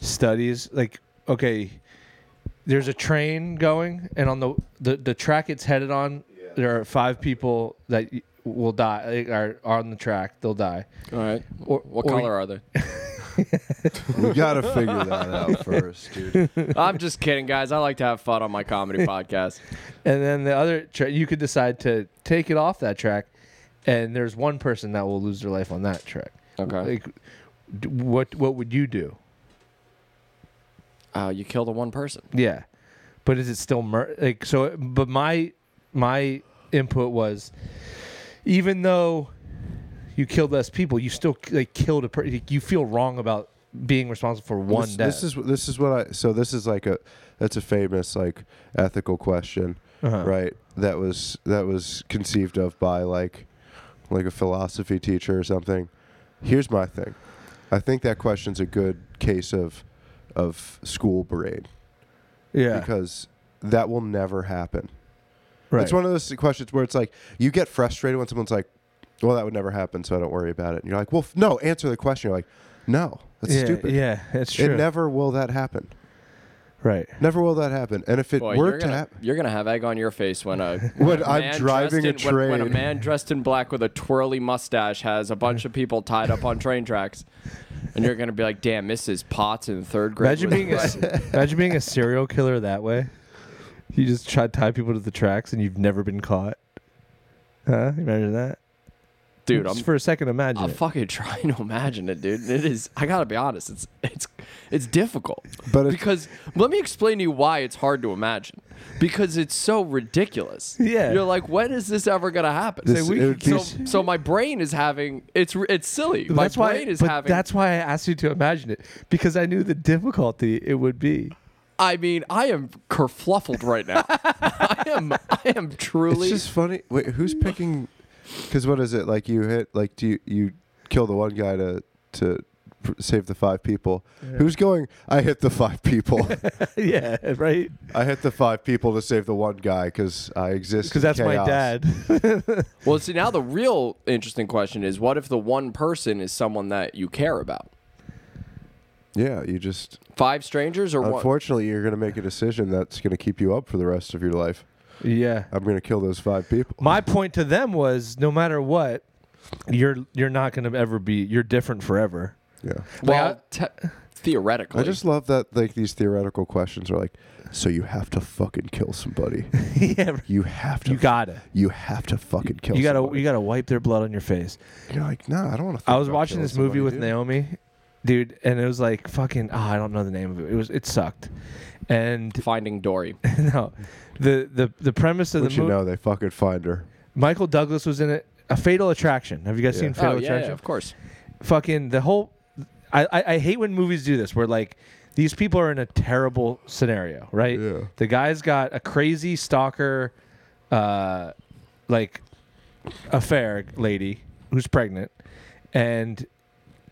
S3: studies, like okay, there's a train going, and on the the, the track it's headed on, there are five people that y- will die. like, Are are on the track, they'll die.
S1: All right.
S3: Or-
S1: what
S3: or-
S1: color are
S3: <laughs>
S1: they?
S2: <laughs> We gotta figure that <laughs> out first, dude.
S1: I'm just kidding, guys. I like to have fun on my
S3: <laughs>
S1: comedy podcast.
S3: And then the other tra- you could decide to take it off that track, and there's one person that will lose their life on that track.
S1: Okay.
S3: Like, d- what what would you do?
S1: Uh, you killed a one person.
S3: Yeah, but is it still mur- like so? But my my input was, even though you killed less people, you still like killed a person. You feel wrong about being responsible for one
S2: this,
S3: death.
S2: this is this is what I. So this is like a that's a famous like ethical question,
S3: Uh-huh.
S2: right? That was that was conceived of by like like a philosophy teacher or something. Here's my thing. I think that question's a good case of of school brain
S3: yeah,
S2: because that will never happen.
S3: right.
S2: It's one of those questions where it's like you get frustrated when someone's like, "Well, that would never happen, so I don't worry about it." And you're like, "Well, f- no, answer the question." You're like, "No, that's
S3: yeah,
S2: stupid.
S3: Yeah, that's
S2: it
S3: true.
S2: never will that happen.
S3: right.
S2: Never will that happen. And if it
S1: Boy,
S2: were
S1: you're
S2: to
S1: gonna,
S2: happen,
S1: you're gonna have egg on your face when
S3: <laughs>
S1: a
S2: When
S1: a
S2: I'm
S1: man
S2: driving
S1: dressed
S2: a
S1: in- when- When,
S2: train.
S1: a man dressed in black with a twirly mustache has a bunch of people tied up on train tracks, and you're gonna be like, "Damn, this is Potts in third grade."
S3: Imagine
S2: <laughs>
S3: being a, imagine being a serial killer that way. You just try to tie people to the tracks, and you've never been caught. Huh? Imagine that,
S1: dude. I'm
S3: <laughs> Just for a second, imagine
S1: I'm
S3: it.
S1: fucking <laughs> trying to imagine it, dude. It is. I gotta be honest. It's it's it's difficult <laughs>
S2: but if,
S1: because let me explain to you why it's hard to imagine because it's so ridiculous.
S3: Yeah.
S1: you're like, when is this ever gonna happen?
S2: this,
S3: we
S2: it would
S1: so,
S2: be,
S1: so my brain is having it's r- it's silly.
S3: But
S1: my
S3: that's
S1: brain
S3: why,
S1: is
S3: but
S1: having.
S3: That's why I asked you to imagine it because I knew the difficulty it would be.
S1: I mean, I am kerfluffled right now. <laughs> I am. I am
S2: it's
S1: truly.
S2: just funny. Wait,
S1: <laughs>
S2: who's picking? Because what is it like? You hit like do you you kill the one guy to to pr- save the five people? Who's going? I hit the five
S3: <laughs>
S2: people.
S3: <laughs> yeah, right.
S2: I hit the five people to save the one guy because I exist.
S3: Because
S2: in
S3: that's my
S2: chaos.
S3: dad. <laughs>
S1: well, see, now the real interesting question is, what if the one person is someone that you care about?
S2: Yeah, you just
S1: Five strangers
S2: Uh,
S1: or one?
S2: Unfortunately, you're going to make a decision that's going to keep you up for the rest of your life.
S3: yeah.
S2: I'm going to kill those five people.
S3: My point to them was, no matter what, you're you're not going to ever be. You're different forever.
S2: Yeah.
S1: Well,
S3: Like, I-
S1: te- theoretically,
S2: I just love that like these theoretical questions are like, so you have to fucking kill somebody.
S3: <laughs> yeah.
S2: You have to.
S3: You gotta.
S2: You have to fucking kill.
S3: You gotta.
S2: Somebody.
S3: You gotta wipe their blood on your face.
S2: You're like, nah, I don't want to.
S3: I was watching this movie with Naomi, dude, and it was like fucking. Oh, I don't know the name of it. It was. It sucked. And <laughs>
S1: finding Dory.
S3: no, the the the premise of
S2: But
S3: the
S2: you
S3: movie.
S2: know, they fucking find her.
S3: Michael Douglas was in it. A Fatal Attraction. Have you guys
S2: Yeah.
S3: seen
S1: Oh
S3: Fatal
S1: yeah, yeah,
S3: Attraction?
S1: of course.
S3: Fucking the whole. I, I I hate when movies do this, where like these people are in a terrible scenario, right?
S2: Yeah.
S3: The guy's got a crazy stalker, uh, like affair lady who's pregnant, and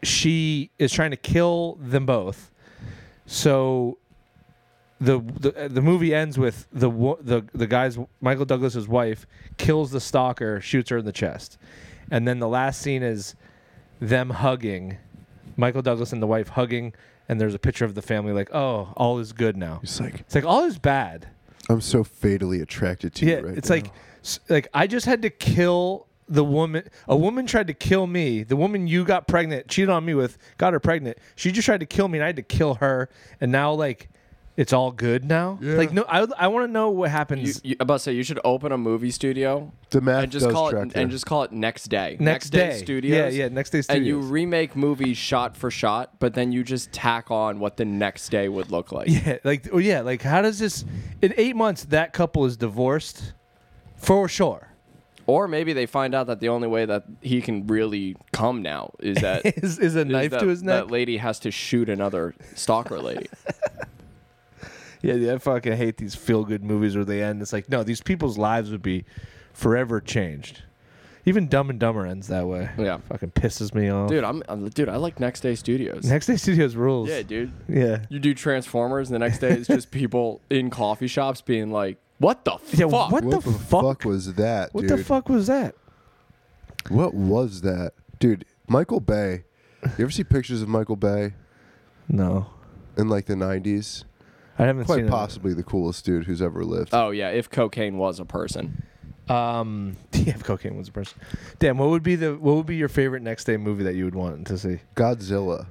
S3: she is trying to kill them both. So the the, the movie ends with the wo- the the guy's Michael Douglas's wife kills the stalker, shoots her in the chest, and then the last scene is them hugging, Michael Douglas and the wife hugging, and there's a picture of the family like, oh, all is good now.
S2: It's like,
S3: It's like all is bad.
S2: I'm so fatally attracted to
S3: Yeah,
S2: you. Right
S3: it's
S2: now.
S3: like s- like I just had to kill the woman. A woman tried to kill me. The woman you got pregnant, cheated on me with, got her pregnant. She just tried to kill me, and I had to kill her. And now like, it's all good now.
S2: Yeah.
S3: Like no, I I want to know what
S1: You,
S3: happens
S1: you, I'm about to say you should open a movie studio
S2: the math
S1: and just
S2: does
S1: call it
S2: track there.
S1: and just call it Next Day.
S3: next,
S1: Day,
S3: day.
S1: Studios.
S3: Yeah, yeah, next day studios.
S1: And you remake movies shot for shot, but then you just tack on what the next day would look like.
S3: yeah, like oh yeah, like how does this? In eight months, that couple is divorced, for sure.
S1: Or maybe they find out that the only way that he can really come now is
S3: <laughs>
S1: that is
S3: Is is a knife
S1: that-
S3: to his neck?
S1: That lady has to shoot another stalker
S3: <laughs>
S1: lady.
S3: Yeah, yeah, I fucking hate these feel good movies where they end. It's like, no, these people's lives would be forever changed. Even Dumb and Dumber ends that way.
S1: Yeah.
S3: Fucking pisses me off.
S1: Dude, I'm, I'm dude. I like Next Day Studios.
S3: Next Day Studios rules.
S1: yeah, dude.
S3: Yeah.
S1: You do Transformers, and the next day it's
S3: <laughs>
S1: just people in coffee shops being like, "What the
S3: Yeah,
S1: fuck?"
S3: what-
S2: what
S3: the
S2: the,
S3: fuck?
S2: fuck? was that,
S3: What
S2: dude?
S3: the fuck was that?
S2: What was that, dude? Michael Bay. You ever see pictures of Michael Bay
S3: No.
S2: in like the '90s?
S3: I haven't seen
S2: Quite
S3: him.
S2: possibly the coolest dude who's ever lived.
S1: Oh yeah, if cocaine was a
S3: <laughs>
S1: person.
S3: Um, <laughs> yeah, if cocaine was a person. Damn, what would be the what would be your favorite next day movie that you would want to see?
S2: Godzilla.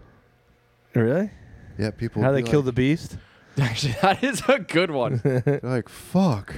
S3: Really?
S2: Yeah, people.
S3: How
S2: would
S3: they
S2: be
S3: kill the
S2: like,
S3: beast?
S1: Actually, that is a good one.
S2: the. They're like, fuck.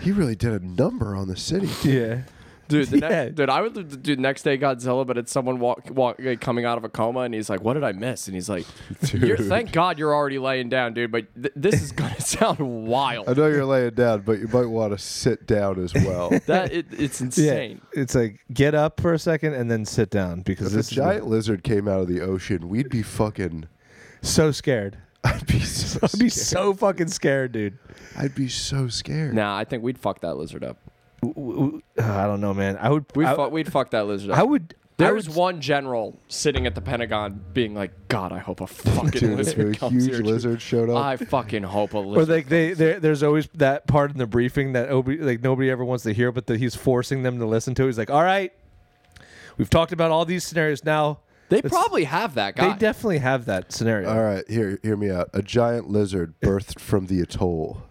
S2: He really did a number on the city. <laughs>
S3: Yeah.
S1: Dude, the
S3: Yeah.
S1: ne- dude, I would do next day Godzilla, but it's someone walk, walk like, coming out of a coma, and he's like, "What did I miss?" And he's like, you're, "Thank God you're already laying down, dude." But th- this is gonna <laughs> sound
S2: I
S1: wild.
S2: know you're laying down, but you might want to sit down as <laughs> well.
S1: That it, it's insane.
S3: Yeah. It's like get up for a second and then sit down because
S2: If
S3: <laughs> this
S2: a
S3: is
S2: giant lizard came out of the ocean, we'd be fucking. <laughs>
S3: so scared.
S2: I'd be so
S3: <laughs> I'd be <laughs>
S2: scared.
S3: so fucking scared, dude.
S2: I'd be so scared.
S1: Nah, I think we'd fuck that lizard up.
S3: W- w- I don't know, man. I would.
S1: We
S3: I,
S1: fu- we'd fuck that lizard up.
S3: I would. I
S1: There
S3: would,
S1: was one general sitting at the Pentagon being like, God, I hope a fucking
S2: Dude, if
S1: lizard
S2: a
S1: comes
S2: huge
S1: here.
S2: lizard showed up.
S1: I fucking hope a
S3: Or
S1: lizard.
S3: like they, there there's always that part in the briefing that obi, like nobody ever wants to hear, but that he's forcing them to listen to. He's like, "All right, we've talked about all these scenarios now.
S1: they
S3: It's-
S1: probably have that guy.
S3: They definitely have that scenario.
S2: All right, here, hear me out. A giant
S3: <laughs>
S2: lizard birthed from the atoll.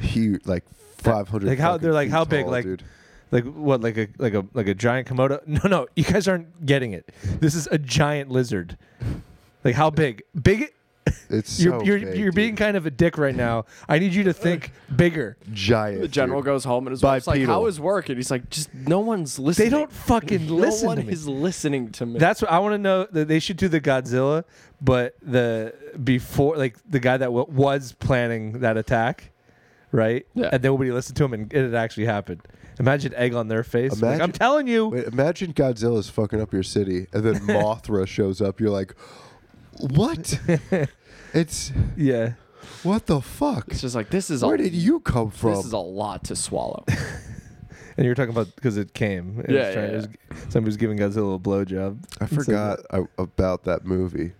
S2: Huge, like five hundred.
S3: Like how- they're like, how big, like-
S2: dude.
S3: Like what? Like a like a like a giant komodo? <laughs> No, no, you guys aren't getting it. This is a giant lizard. Like how big? Big?
S2: it's
S3: You're
S2: so
S3: you're
S2: big,
S3: you're
S2: dude.
S3: being kind of a dick right now. I need you to think
S2: <laughs>
S3: bigger.
S2: giant.
S1: the general
S2: dude.
S1: goes home and his wife's like,
S2: Bipedal.
S1: How is work? And he's like, Just no one's listening.
S3: They don't
S1: <laughs>
S3: fucking
S1: no
S3: listen
S1: one
S3: to me.
S1: is listening to me.
S3: That's what I want to know. That they should do the Godzilla, but the before like the guy that w- was planning that attack, right?
S1: Yeah.
S3: And nobody listened to him, and it actually happened. Imagine egg on their face. Like,
S2: Imagine-
S3: I'm telling you,
S2: Wait, imagine Godzilla's fucking up your city, and
S3: <laughs>
S2: then Mothra shows up. You're like, what? it's
S3: yeah.
S2: what the fuck?
S1: it's just like, This is
S2: Where
S1: a,
S2: did you come from?
S1: This is a lot to swallow. <laughs>
S3: And you were talking about because it came. It was
S1: Yeah,
S3: trying-
S1: yeah,
S3: it was- somebody was giving Godzilla a blowjob.
S2: I forgot a about that movie,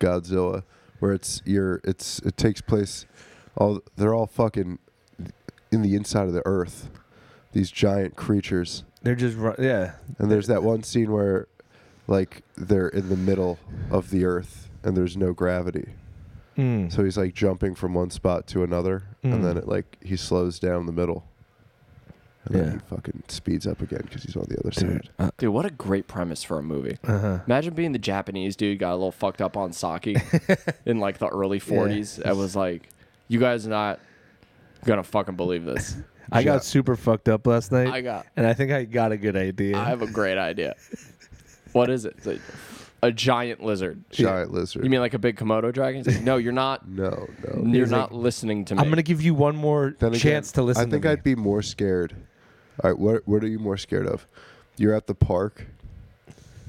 S2: Godzilla, where it's your it's it takes place. All they're all fucking in the inside of the earth. These giant creatures,
S3: They're just run, yeah.
S2: and there's that one scene where, like, they're in the middle of the earth and there's no gravity.
S3: Mm.
S2: So he's like jumping from one spot to another,
S3: Mm.
S2: and then it like he slows down in the middle, and
S3: Yeah.
S2: then he fucking speeds up again because he's on the other
S3: Dude, uh-huh.
S2: side.
S3: uh
S1: Dude, what a great premise for a movie.
S3: huh.
S1: Imagine being the Japanese dude got a little fucked up on sake in like the early 40s. I was like, you guys are not gonna fucking believe this.
S3: I
S2: Yeah.
S3: got super fucked up last night,
S1: I got,
S3: and I think I got a good idea.
S1: I have a great idea. What is it? It's like, a giant lizard.
S2: Giant lizard.
S1: You mean like a big Komodo dragon? It's like, no, you're not.
S2: no, no.
S1: You're
S3: He's
S1: not
S3: like,
S1: listening to me.
S3: I'm gonna give you one more
S2: Then again,
S3: chance to listen.
S2: I think
S3: to
S2: I'd be more scared. All right, what what are you more scared of? You're at the park,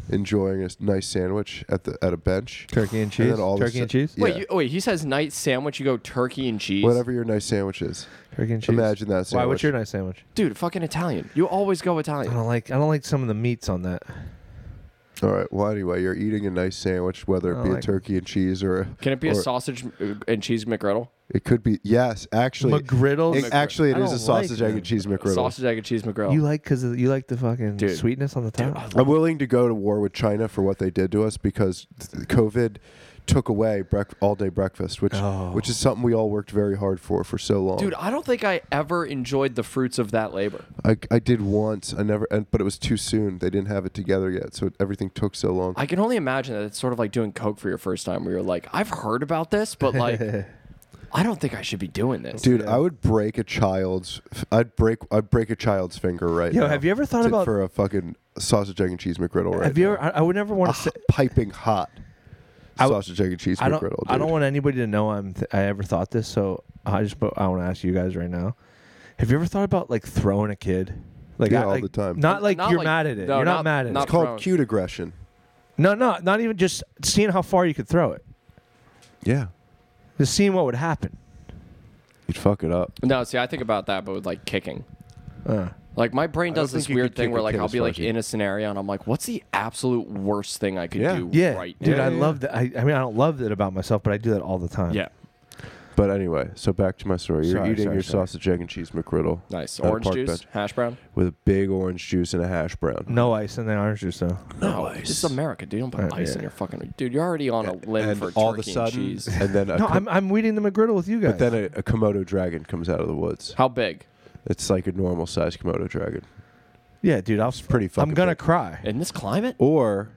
S2: enjoying a s- nice sandwich at the at a bench.
S3: turkey and
S2: and
S3: cheese.
S2: then all of a
S3: turkey and
S2: sudden-
S3: cheese.
S1: Wait,
S2: yeah.
S1: you, wait. He says night sandwich. You go turkey and cheese.
S2: Whatever your nice sandwich is.
S3: Turkey and cheese.
S2: Imagine that
S3: Why?
S2: sandwich.
S3: What's your nice sandwich?
S1: Dude, fucking Italian. You always go
S3: I
S1: Italian.
S3: don't like. I don't like some of the meats on that.
S2: All right. Well, anyway, you're eating a nice sandwich, whether
S3: I
S2: it be a
S3: Oh, like-
S2: turkey and cheese or a,
S1: Can it be a
S2: or-
S1: sausage m- uh, and cheese McGriddle?
S2: It could be yes. Actually,
S3: McGriddles.
S2: it, actually, it
S3: I
S2: is a
S3: don't like
S2: sausage egg
S3: them.
S2: and cheese McGriddle.
S1: Sausage egg and cheese McGriddle.
S3: you like because you like the fucking
S1: Dude.
S3: sweetness on the
S1: Dude,
S3: top.
S1: I
S2: I'm
S3: <laughs>
S1: love-
S2: willing to go to war with China for what they did to us because th- COVID took away brec- all day breakfast, which
S3: Oh.
S2: which is something we all worked very hard for for so long.
S1: Dude, I don't think I ever enjoyed the fruits of that labor.
S2: I, I did once. I never, and, but it was too soon. They didn't have it together yet, so everything took so long.
S1: I can only imagine that it's sort of like doing coke for your first time, where you're like, I've heard about this, but
S2: <laughs>
S1: like, I don't think I should be doing this.
S2: Dude,
S3: Yeah.
S2: I would break a child's. f- I'd break. I'd break a child's finger right
S3: Yo,
S2: now.
S3: have you ever thought
S2: to-
S3: about?
S2: for a fucking sausage egg and cheese McGriddle? Right.
S3: have you
S2: now. Ah,
S3: ever? I, I would never
S2: A
S3: want to.
S2: h- piping hot
S3: I w-
S2: sausage egg and cheese
S3: I don't.
S2: McGriddle?
S3: I don't
S2: dude.
S3: want anybody to know I'm. Th- I ever thought this, so I just. But I want to ask you guys right now. Have you ever thought about like throwing a kid? Like
S2: Yeah,
S3: I-
S2: all
S3: like,
S2: the time.
S3: Not like
S1: Not
S3: you're
S1: like-
S3: mad at it.
S1: no,
S3: you're not,
S1: not-
S3: mad at
S1: not
S2: It's
S3: it.
S1: throwing.
S2: called cute aggression.
S3: No, no, not even just seeing how far you could throw it.
S2: Yeah,
S3: Just seeing what would happen.
S2: you'd fuck it up.
S1: No, see, I think about that, but with like kicking.
S3: Uh,
S1: Like my brain
S2: I don't
S1: does this
S2: think you
S1: weird
S2: could
S1: thing
S2: kick
S1: where
S2: a
S1: like
S2: kid
S1: I'll
S2: as
S1: be
S2: far
S1: like
S2: as you-
S1: in a scenario and I'm like, what's the absolute worst thing I could
S2: Yeah.
S1: do
S3: yeah,
S1: right
S3: dude,
S1: now?
S3: I
S2: Yeah,
S3: love that. I, I mean, I don't love that about myself, but I do that all the time.
S1: Yeah.
S2: But anyway, so back to my story. You're
S4: Sorry,
S2: eating
S4: sorry,
S2: your
S4: sorry.
S2: sausage, egg, and cheese McGriddle
S1: Nice.
S2: At a
S1: Orange
S2: park
S1: juice,
S2: bench.
S1: hash brown.
S2: with a big orange juice and a hash brown.
S3: No ice in the orange juice though.
S1: No, this is America, dude. Don't put
S3: Right,
S1: ice
S3: yeah.
S1: in your fucking. Dude, you're already on a limb
S2: Uh, and
S1: for
S2: all of
S1: turkey
S2: a sudden,
S1: and
S2: <laughs>
S1: cheese.
S2: and then a
S3: No,
S2: co-
S3: I'm I'm weeding the McGriddle with you guys.
S2: but then a, a Komodo dragon comes out of the woods.
S1: How big?
S2: It's like a normal sized Komodo dragon.
S3: yeah, dude, I'll,
S2: It's pretty fucking.
S3: I'm gonna
S2: big.
S3: cry.
S1: In this
S2: Oh,
S1: climate?
S2: or,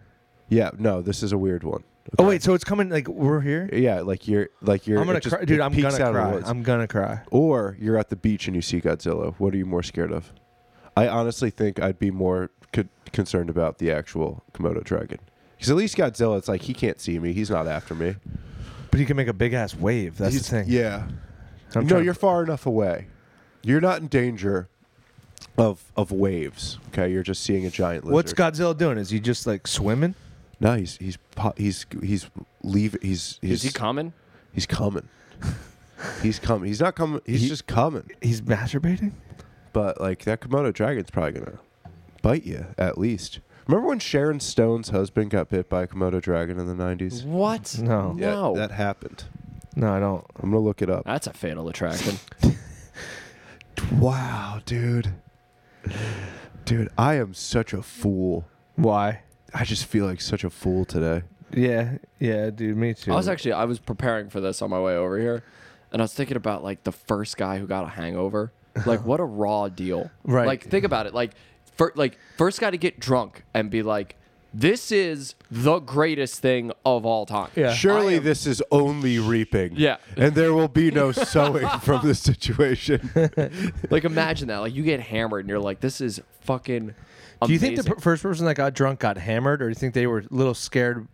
S2: yeah, no, this is a weird one.
S3: Oh wait, so it's coming like we're here.
S2: Yeah, like you're like you're.
S3: I'm gonna
S2: it just-
S3: cry, dude.
S2: it
S3: I'm
S2: peeks
S3: gonna
S2: out of the
S3: cry.
S2: woods.
S3: I'm gonna cry.
S2: or you're at the beach and you see Godzilla. What are you more scared of? I honestly think I'd be more co- concerned about the actual Komodo dragon. Because at least Godzilla, it's like he can't see me. He's not after me.
S3: But you can make a big ass wave. That's
S2: He's-
S3: the thing.
S2: Yeah.
S3: I'm
S2: no,
S3: trying-
S2: you're far enough away. You're not in danger of of waves. Okay, you're just seeing a giant lizard.
S3: What's Godzilla doing? Is he just like swimming?
S2: No, he's he's po- he's he's leaving. He's he's
S1: Is he coming?
S2: he's
S3: <laughs>
S2: coming. he's coming. He's not coming. He's
S3: He-
S2: just coming.
S3: He's masturbating.
S2: But like that Komodo dragon's probably gonna bite you at least. Remember when Sharon Stone's husband got bit by a Komodo dragon in the nineties?
S1: What?
S3: No.
S1: Yeah. No.
S2: that happened.
S3: No, I don't.
S2: I'm gonna look it up.
S1: That's a fatal attraction.
S2: Wow, dude. Dude, I am such a fool.
S3: Why?
S2: I just feel like such a fool today.
S3: Yeah, yeah, dude. Me too.
S1: I was actually I was preparing for this on my way over here, and I was thinking about like the first guy who got a hangover. Like what a raw
S2: <laughs>
S1: deal.
S3: Right.
S1: Like think about it. Like fir- like first guy to get drunk and be like, this is the greatest thing of all time.
S3: Yeah.
S2: Surely
S1: I am-
S2: this is only reaping.
S1: Yeah.
S2: And there will be no sowing from this situation.
S1: Like imagine that. Like you get hammered and you're like, this is fucking. Amazing.
S3: Do you think the per- first person that got drunk got hammered, or do you think they were a little scared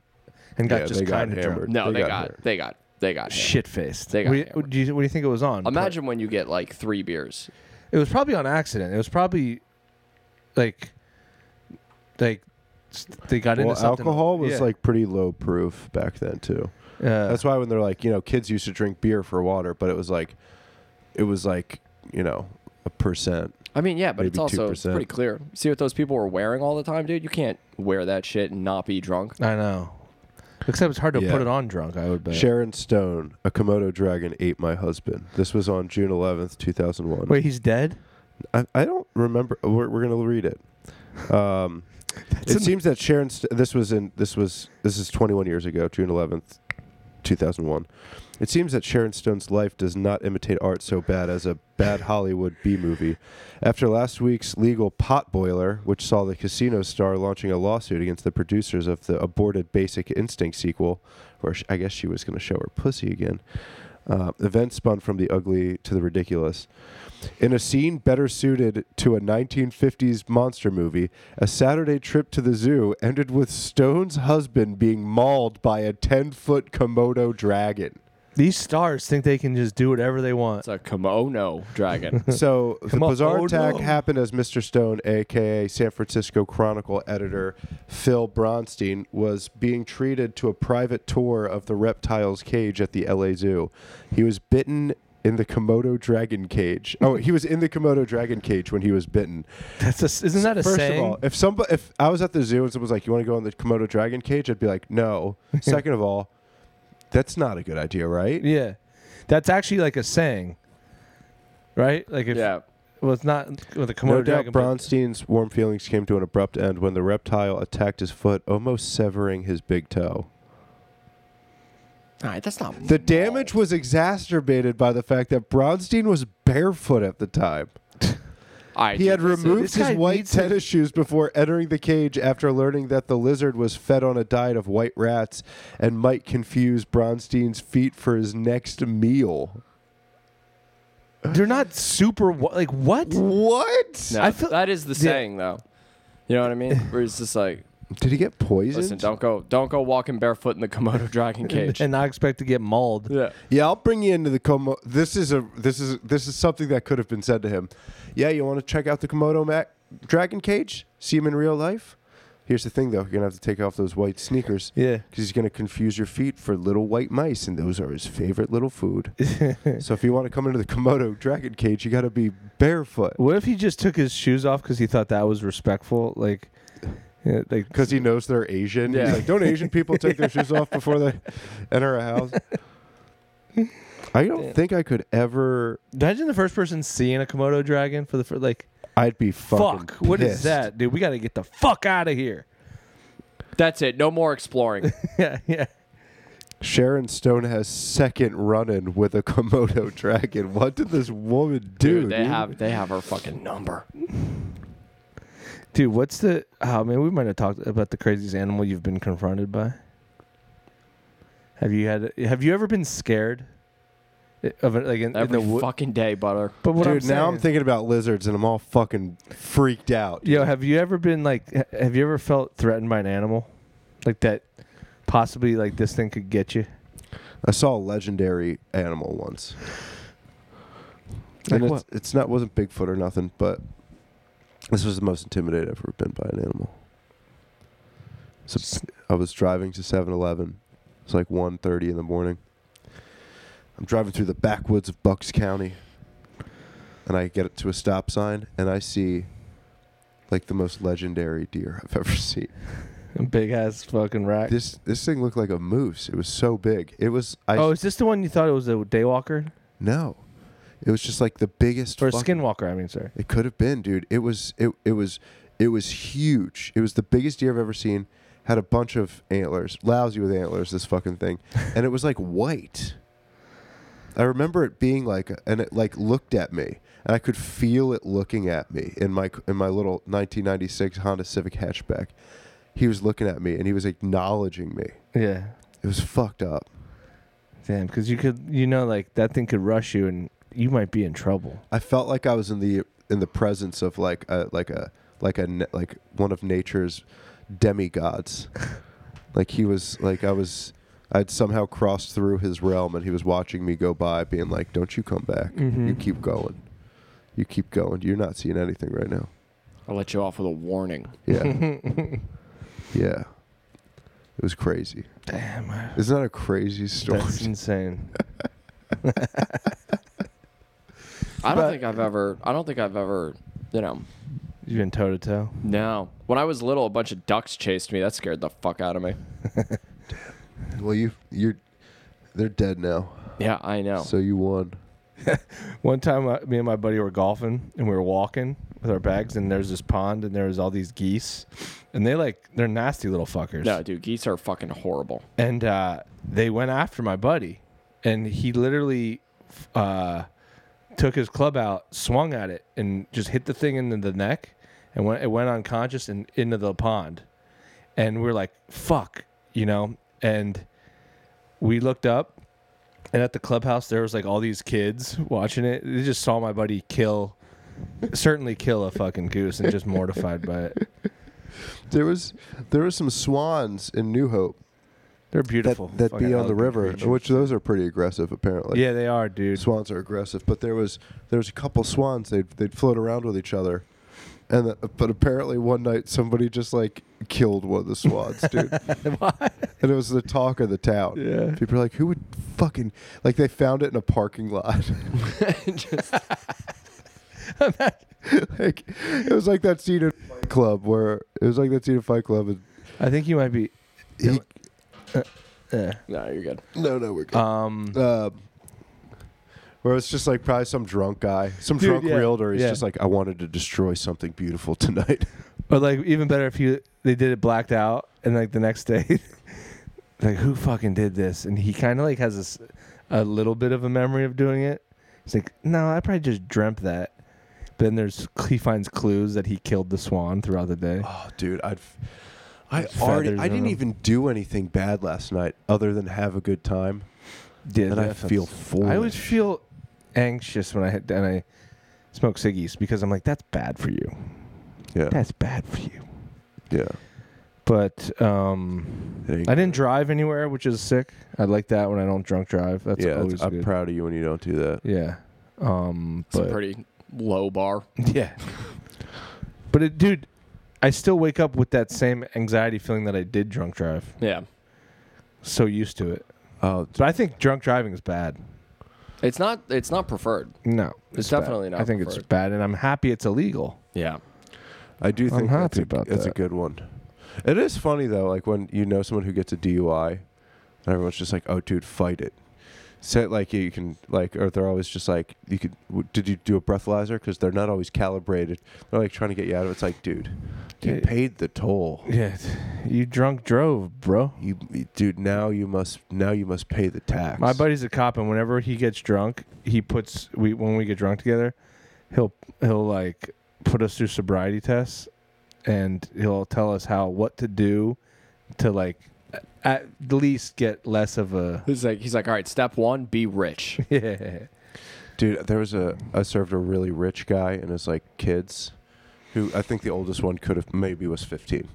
S3: and got
S2: Yeah,
S3: just
S2: they got
S3: kind of
S2: hammered.
S3: hammered?
S1: no?
S2: they
S1: They,
S2: got
S1: got.
S2: hammered.
S1: They got. They got. hammered.
S3: Shit faced.
S1: They got hammered.
S3: What do you, what do you think it was on?
S1: Imagine when you get like three beers.
S3: It was probably on accident. It was probably like, like s- they got
S2: well,
S3: into something.
S2: alcohol was
S3: Yeah.
S2: like pretty low proof back then, too.
S3: Uh,
S2: That's why when they're like, you know, kids used to drink beer for water, but it was like, it was like, you know, a percent.
S1: I mean, yeah, but
S2: Maybe
S1: it's also it's
S2: 2%.
S1: pretty clear. See what those people were wearing all the time, dude. You can't wear that shit and not be drunk.
S3: I know. Except it's hard to
S2: Yeah.
S3: put it on drunk. I would bet.
S2: Sharon Stone, a Komodo dragon ate my husband. This was on June 11th, 2001.
S3: Wait, he's
S2: <laughs>
S3: dead.
S2: I, I don't remember. We're, we're gonna read it. Um, it seems that Sharon. St- this was in. This was. This is 21 years ago, June 11th, 2001. It seems that Sharon Stone's life does not imitate art so bad as a bad Hollywood B movie. After last week's legal potboiler, which saw the casino star launching a lawsuit against the producers of the aborted Basic Instinct sequel, where sh- I guess she was going to show her pussy again, uh, events spun from the ugly to the ridiculous. In a scene better suited to a 1950s monster movie, a Saturday trip to the zoo ended with Stone's husband being mauled by a 10 foot Komodo dragon.
S3: These stars think they can just do whatever they want.
S1: It's a kimono
S3: <laughs>
S1: dragon.
S2: So the
S3: on,
S2: bizarre
S3: oh
S2: attack
S3: no.
S2: happened as Mr. Stone, aka San Francisco Chronicle editor Phil Bronstein, was being treated to a private tour of the reptile's cage at the LA Zoo. He was bitten in the Komodo dragon cage. Oh, he was in the Komodo dragon cage when he was bitten.
S3: That's a, s- isn't that a
S2: First
S3: saying?
S2: of all, if somebody, if I was at the zoo and someone was like, "You want to go in the Komodo dragon cage?" I'd be like,
S3: <laughs>
S2: "No." Second of all, that's not a good idea, right?
S3: Yeah, that's actually like a saying, right? Like if
S1: yeah.
S3: well, it's not with a Komodo
S2: No doubt,
S3: dragon. but-
S2: Bronstein's warm feelings came to an abrupt end when the reptile attacked his foot, almost severing his big toe.
S1: All right, that's not
S2: The damage was exacerbated by the fact that Bronstein was barefoot at the time.
S1: All right,
S2: He
S1: dude,
S2: had
S1: listen,
S2: removed
S3: this guy
S2: his white
S3: needs to-
S2: tennis shoes before entering the cage after learning that the lizard was fed on a diet of white rats and might confuse Bronstein's feet for his next meal.
S3: They're not super. wa- Like what?
S2: What?
S1: No,
S3: I feel-
S1: that is the
S3: Yeah.
S1: saying though. You know what I
S3: <laughs>
S1: mean? Where it's just like,
S2: Did he get poisoned?
S1: listen, don't go, don't go walking barefoot in the Komodo dragon cage.
S3: <laughs> And I expect to get mauled.
S1: yeah.
S2: Yeah, I'll bring you into the Komodo. This is a this is this is something that could have been said to him. Yeah, you want to check out the Komodo ma- dragon cage? See him in real life? Here's the thing, though. You're gonna have to take off those white sneakers.
S3: Yeah.
S2: Because he's gonna confuse your feet for little white mice, and those are his favorite little food. so if you want to come into the Komodo dragon cage, you gotta be barefoot.
S3: What if he just took his shoes off because he thought that was respectful? Like, yeah, like
S2: Because he knows they're Asian. He's
S1: Yeah.
S2: like, don't Asian people take their shoes off before they enter a house? I don't think I could ever.
S3: Imagine the first person seeing a Komodo dragon for the first, like,
S2: I'd be fucking.
S3: fuck, what is
S2: pissed.
S3: that, dude? We got to get the fuck out of here.
S1: That's it. No more exploring.
S3: <laughs> yeah, yeah.
S2: Sharon Stone has second run-in with a Komodo dragon. What did this woman do?
S1: Dude, they
S2: dude?
S1: have they have her fucking number.
S3: Dude, what's the? Oh man, we might have talked about the craziest animal you've been confronted by. Have you had? Have you ever been scared of it? Like in, in
S1: Every
S3: the wood?
S1: fucking day, butter.
S3: but what
S2: Dude, now I'm
S3: saying-
S2: thinking about lizards and I'm all fucking freaked out.
S3: Yo, have you ever been like? ha- Have you ever felt threatened by an animal, like that? Possibly, like this thing could get you.
S2: I saw a legendary animal once.
S3: Like
S2: And it's, it's not wasn't Bigfoot or nothing, but this was the most intimidated I've ever been by an animal. So I was driving to 7-Eleven. It's like 1.30 in the morning. I'm driving through the backwoods of Bucks County, and I get to a stop sign, and I see like the most legendary deer I've <laughs> ever seen.
S3: Big ass fucking rack.
S2: This this thing looked like a moose. It was so big. It was I
S3: oh, is this the one you thought it was a daywalker
S2: no. It was just like the biggest
S3: or a
S2: fucking-
S3: skinwalker? I mean, sorry.
S2: It could have been, dude. It was it it was it was huge. It was the biggest deer I've ever seen. Had a bunch of antlers. Lousy with antlers, this fucking thing. And it was like white. I remember it being like and it like looked at me. And I could feel it looking at me in my in my little 1996 Honda Civic hatchback. He was looking at me and he was acknowledging me.
S3: Yeah,
S2: It was fucked up.
S3: damn. Because you could, you know, like that thing could rush you, and you might be in trouble.
S2: I felt like I was in the in the presence of like a like a like a na- like one of nature's demigods. like he was like I was I'd somehow crossed through his realm and he was watching me go by being like don't you come back.
S3: Mhm.
S2: You keep going. You keep going. You're not seeing anything right now.
S1: I'll let you off with a warning.
S2: Yeah. yeah. It was crazy.
S3: Damn. I-
S2: Isn't that a crazy story?
S3: That's <laughs> insane.
S1: I don't
S3: But-
S1: think I've ever. I don't think I've ever. You know,
S3: You've been toe to toe.
S1: no. When I was little, a bunch of ducks chased me. That scared the fuck out of me.
S2: <laughs> well, you you're they're dead now.
S1: Yeah, I know.
S2: So you won.
S3: One time, uh, me and my buddy were golfing and we were walking with our bags, and there's this pond, and there was all these geese, and they like they're nasty little fuckers.
S1: no, dude, geese are fucking horrible.
S3: And uh, they went after my buddy, and he literally f- uh, took his club out, swung at it, and just hit the thing in the neck, and went it went unconscious and into the pond, and we are like, "Fuck," you know, and we looked up, and at the clubhouse there was like all these kids watching it. They just saw my buddy kill, certainly kill a fucking goose, and just mortified by it.
S2: There was there was some swans in New Hope
S3: They're
S2: that
S3: beautiful.
S2: that
S3: fucking
S2: be on the
S3: elegant
S2: river,
S3: creatures.
S2: which those are pretty aggressive apparently.
S3: yeah, they are, dude.
S2: swans are aggressive, but there was there was a couple swans they'd they'd float around with each other, and the, but apparently one night somebody just like killed one of the swans,
S3: <laughs>
S2: dude, and it was the talk of the town.
S3: Yeah.
S2: People are like, who would fucking like they found it in a parking
S3: <laughs>
S2: lot. <laughs> like it was like that scene in Fight Club where it was like that scene in Fight Club. And
S3: I think you might be.
S2: he,
S3: Yeah.
S1: No, you're good.
S2: no, no, we're good.
S3: Um.
S2: um, where it's just like probably some drunk guy, some
S3: Dude,
S2: drunk
S3: yeah,
S2: realtor. He's
S3: yeah.
S2: just like, I wanted to destroy something beautiful <laughs>
S3: <laughs>
S2: tonight.
S3: Or like even better if you they did it blacked out and like the next day, <laughs> like who fucking did this? And he kind of like has this, a little bit of a memory of doing it. He's like, no, I probably just dreamt that. But then there's he finds clues that he killed the swan throughout the day.
S2: oh, dude, I'd. f- I
S3: Feathers
S2: already. I
S3: on
S2: didn't
S3: him.
S2: even do anything bad last night, other than have a good time,
S3: Did
S2: and I feel foolish.
S3: I always feel anxious when I had and I smoke ciggies because I'm like that's bad for you. <laughs>
S2: yeah,
S3: That's bad for you.
S2: yeah.
S3: But um,
S2: It ain't
S3: I didn't drive anywhere, which is sick. I like that when I don't drunk drive. That's
S2: yeah,
S3: always
S2: I'm
S3: good.
S2: proud of you when you don't do that.
S3: yeah. Um,
S1: It's a
S3: but
S1: pretty low bar.
S3: <laughs> yeah. but it, dude, I still wake up with that same anxiety feeling that I did drunk drive.
S1: Yeah,
S3: So used to it.
S2: Oh,
S3: But I think drunk driving is bad.
S1: it's not. It's not preferred.
S3: No,
S1: It's
S3: bad.
S1: definitely not
S3: I think it's
S1: preferred.
S3: bad, and I'm happy it's illegal.
S1: Yeah,
S2: I do
S3: I'm
S2: think that's,
S3: happy
S2: a,
S3: about
S2: that's a
S3: that.
S2: good one. It is funny though, like when you know someone who gets a DUI, and everyone's just like, "Oh, dude, fight it." say like you can like or they're always just like you could w- did you do a breathalyzer because they're not always calibrated they're like trying to get you out of it. it's like dude you
S3: Yeah.
S2: paid the toll
S3: Yeah, you drunk drove, bro.
S2: you dude now you must now you must pay the tax
S3: My buddy's a cop, and whenever he gets drunk, he puts we when we get drunk together, he'll he'll like put us through sobriety tests, and he'll tell us how what to do to like at least get less of a
S1: He's like, he's like, all right, step one, be rich.
S3: <laughs> yeah.
S2: Dude, there was a I served a really rich guy and his like kids, who I think the oldest one could have maybe was fifteen,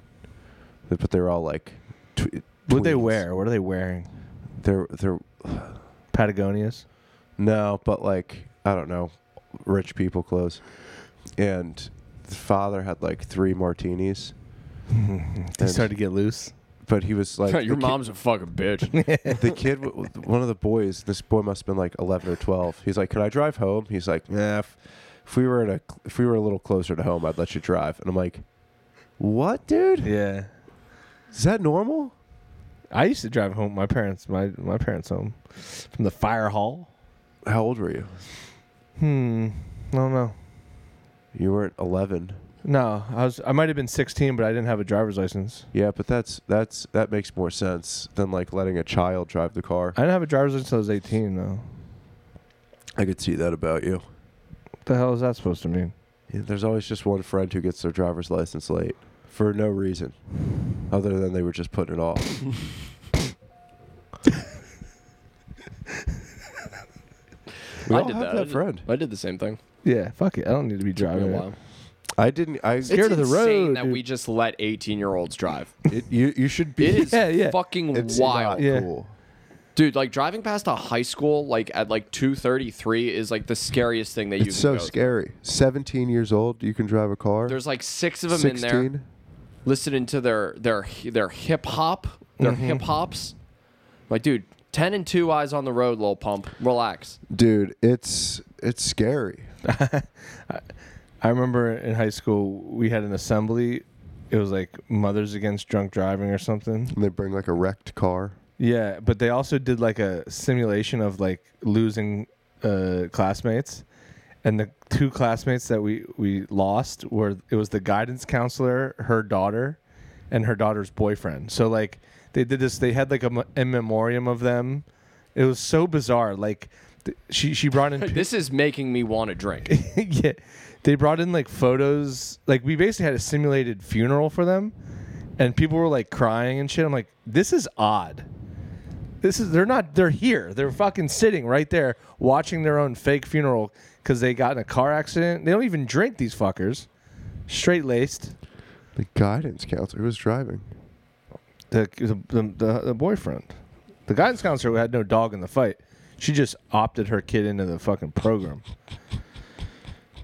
S2: but they were all like, tw-
S3: What they
S2: tweens.
S3: wear? What are they wearing?
S2: They're they're
S3: <laughs> Patagonias.
S2: no, but like I don't know, rich people clothes, and the father had like three martinis,
S3: they started to get loose.
S2: but he was
S3: <laughs>
S1: <laughs>
S2: like
S1: Your
S2: the ki-
S1: mom's a fucking bitch.
S2: the kid, w- w- one of the boys, this boy must have been like 11 or 12. He's like, "Can I drive home?" He's like, "Nah, if, if we were at a if we were a little closer to home, I'd let you drive." And I'm like, "What, dude?
S3: Yeah.
S2: Is that normal?"
S3: I used to drive home my parents my my parents home from the fire hall.
S2: How old were you?
S3: Hmm. I don't know.
S2: You weren't 11.
S3: No, I was. I might have been 16, but I didn't have a driver's license.
S2: Yeah, but that's that's that makes more sense than like letting a child drive the car.
S3: I didn't have a driver's license until I was 18, though.
S2: I could see that about you.
S3: What the hell is that supposed to mean?
S2: Yeah, there's always just one friend who gets their driver's license late for no reason other than they were just putting it off. We
S1: I
S2: all
S1: did
S2: have
S1: that. I did-
S2: friend.
S1: I did the same thing.
S3: Yeah, fuck it. I don't need to be
S1: Took me a
S3: driving.
S1: while.
S3: it.
S2: I didn't. I
S1: it's
S3: Scared of the
S1: insane
S3: road,
S1: that
S3: dude.
S1: we just let 18 year olds drive.
S2: it, you you should be.
S1: It is
S3: Yeah, yeah.
S1: fucking
S2: <laughs> It's
S1: wild.
S2: not
S3: Yeah.
S2: cool.
S1: Dude, like driving past a high school like at like 2:33 is like the scariest thing that you
S2: It's
S1: can
S2: so
S1: go through.
S2: scary. 17 years old, you can drive a car.
S1: There's like 6 of them
S2: 16.
S1: in there listening to their their their hip hop, their
S3: Mm-hmm.
S1: hip hops. Like dude, 10 and 2 eyes on the road, little pump. Relax.
S2: Dude, it's
S1: <laughs>
S2: it's scary.
S3: I remember in high school we had an assembly. It was like Mothers Against Drunk Driving or something.
S2: And they bring like a wrecked car.
S3: Yeah, but they also did like a simulation of like losing uh, classmates, and the two classmates that we we lost were it was the guidance counselor, her daughter, and her daughter's boyfriend. So like they did this, they had like a, m- in memoriam of them. It was so bizarre. Like th- she she brought in
S1: This is making me want to
S3: <laughs>
S1: drink.
S3: yeah, they brought in like photos. Like we basically had a simulated funeral for them, and people were like crying and shit. I'm like, this is odd. This is they're not they're here. They're fucking sitting right there watching their own fake funeral because they got in a car accident. They don't even drink these fuckers. Straight laced.
S2: The guidance counselor who was driving.
S3: The, the, the, the, the boyfriend, the guidance counselor who had no dog in the fight, she just opted her kid into the fucking program.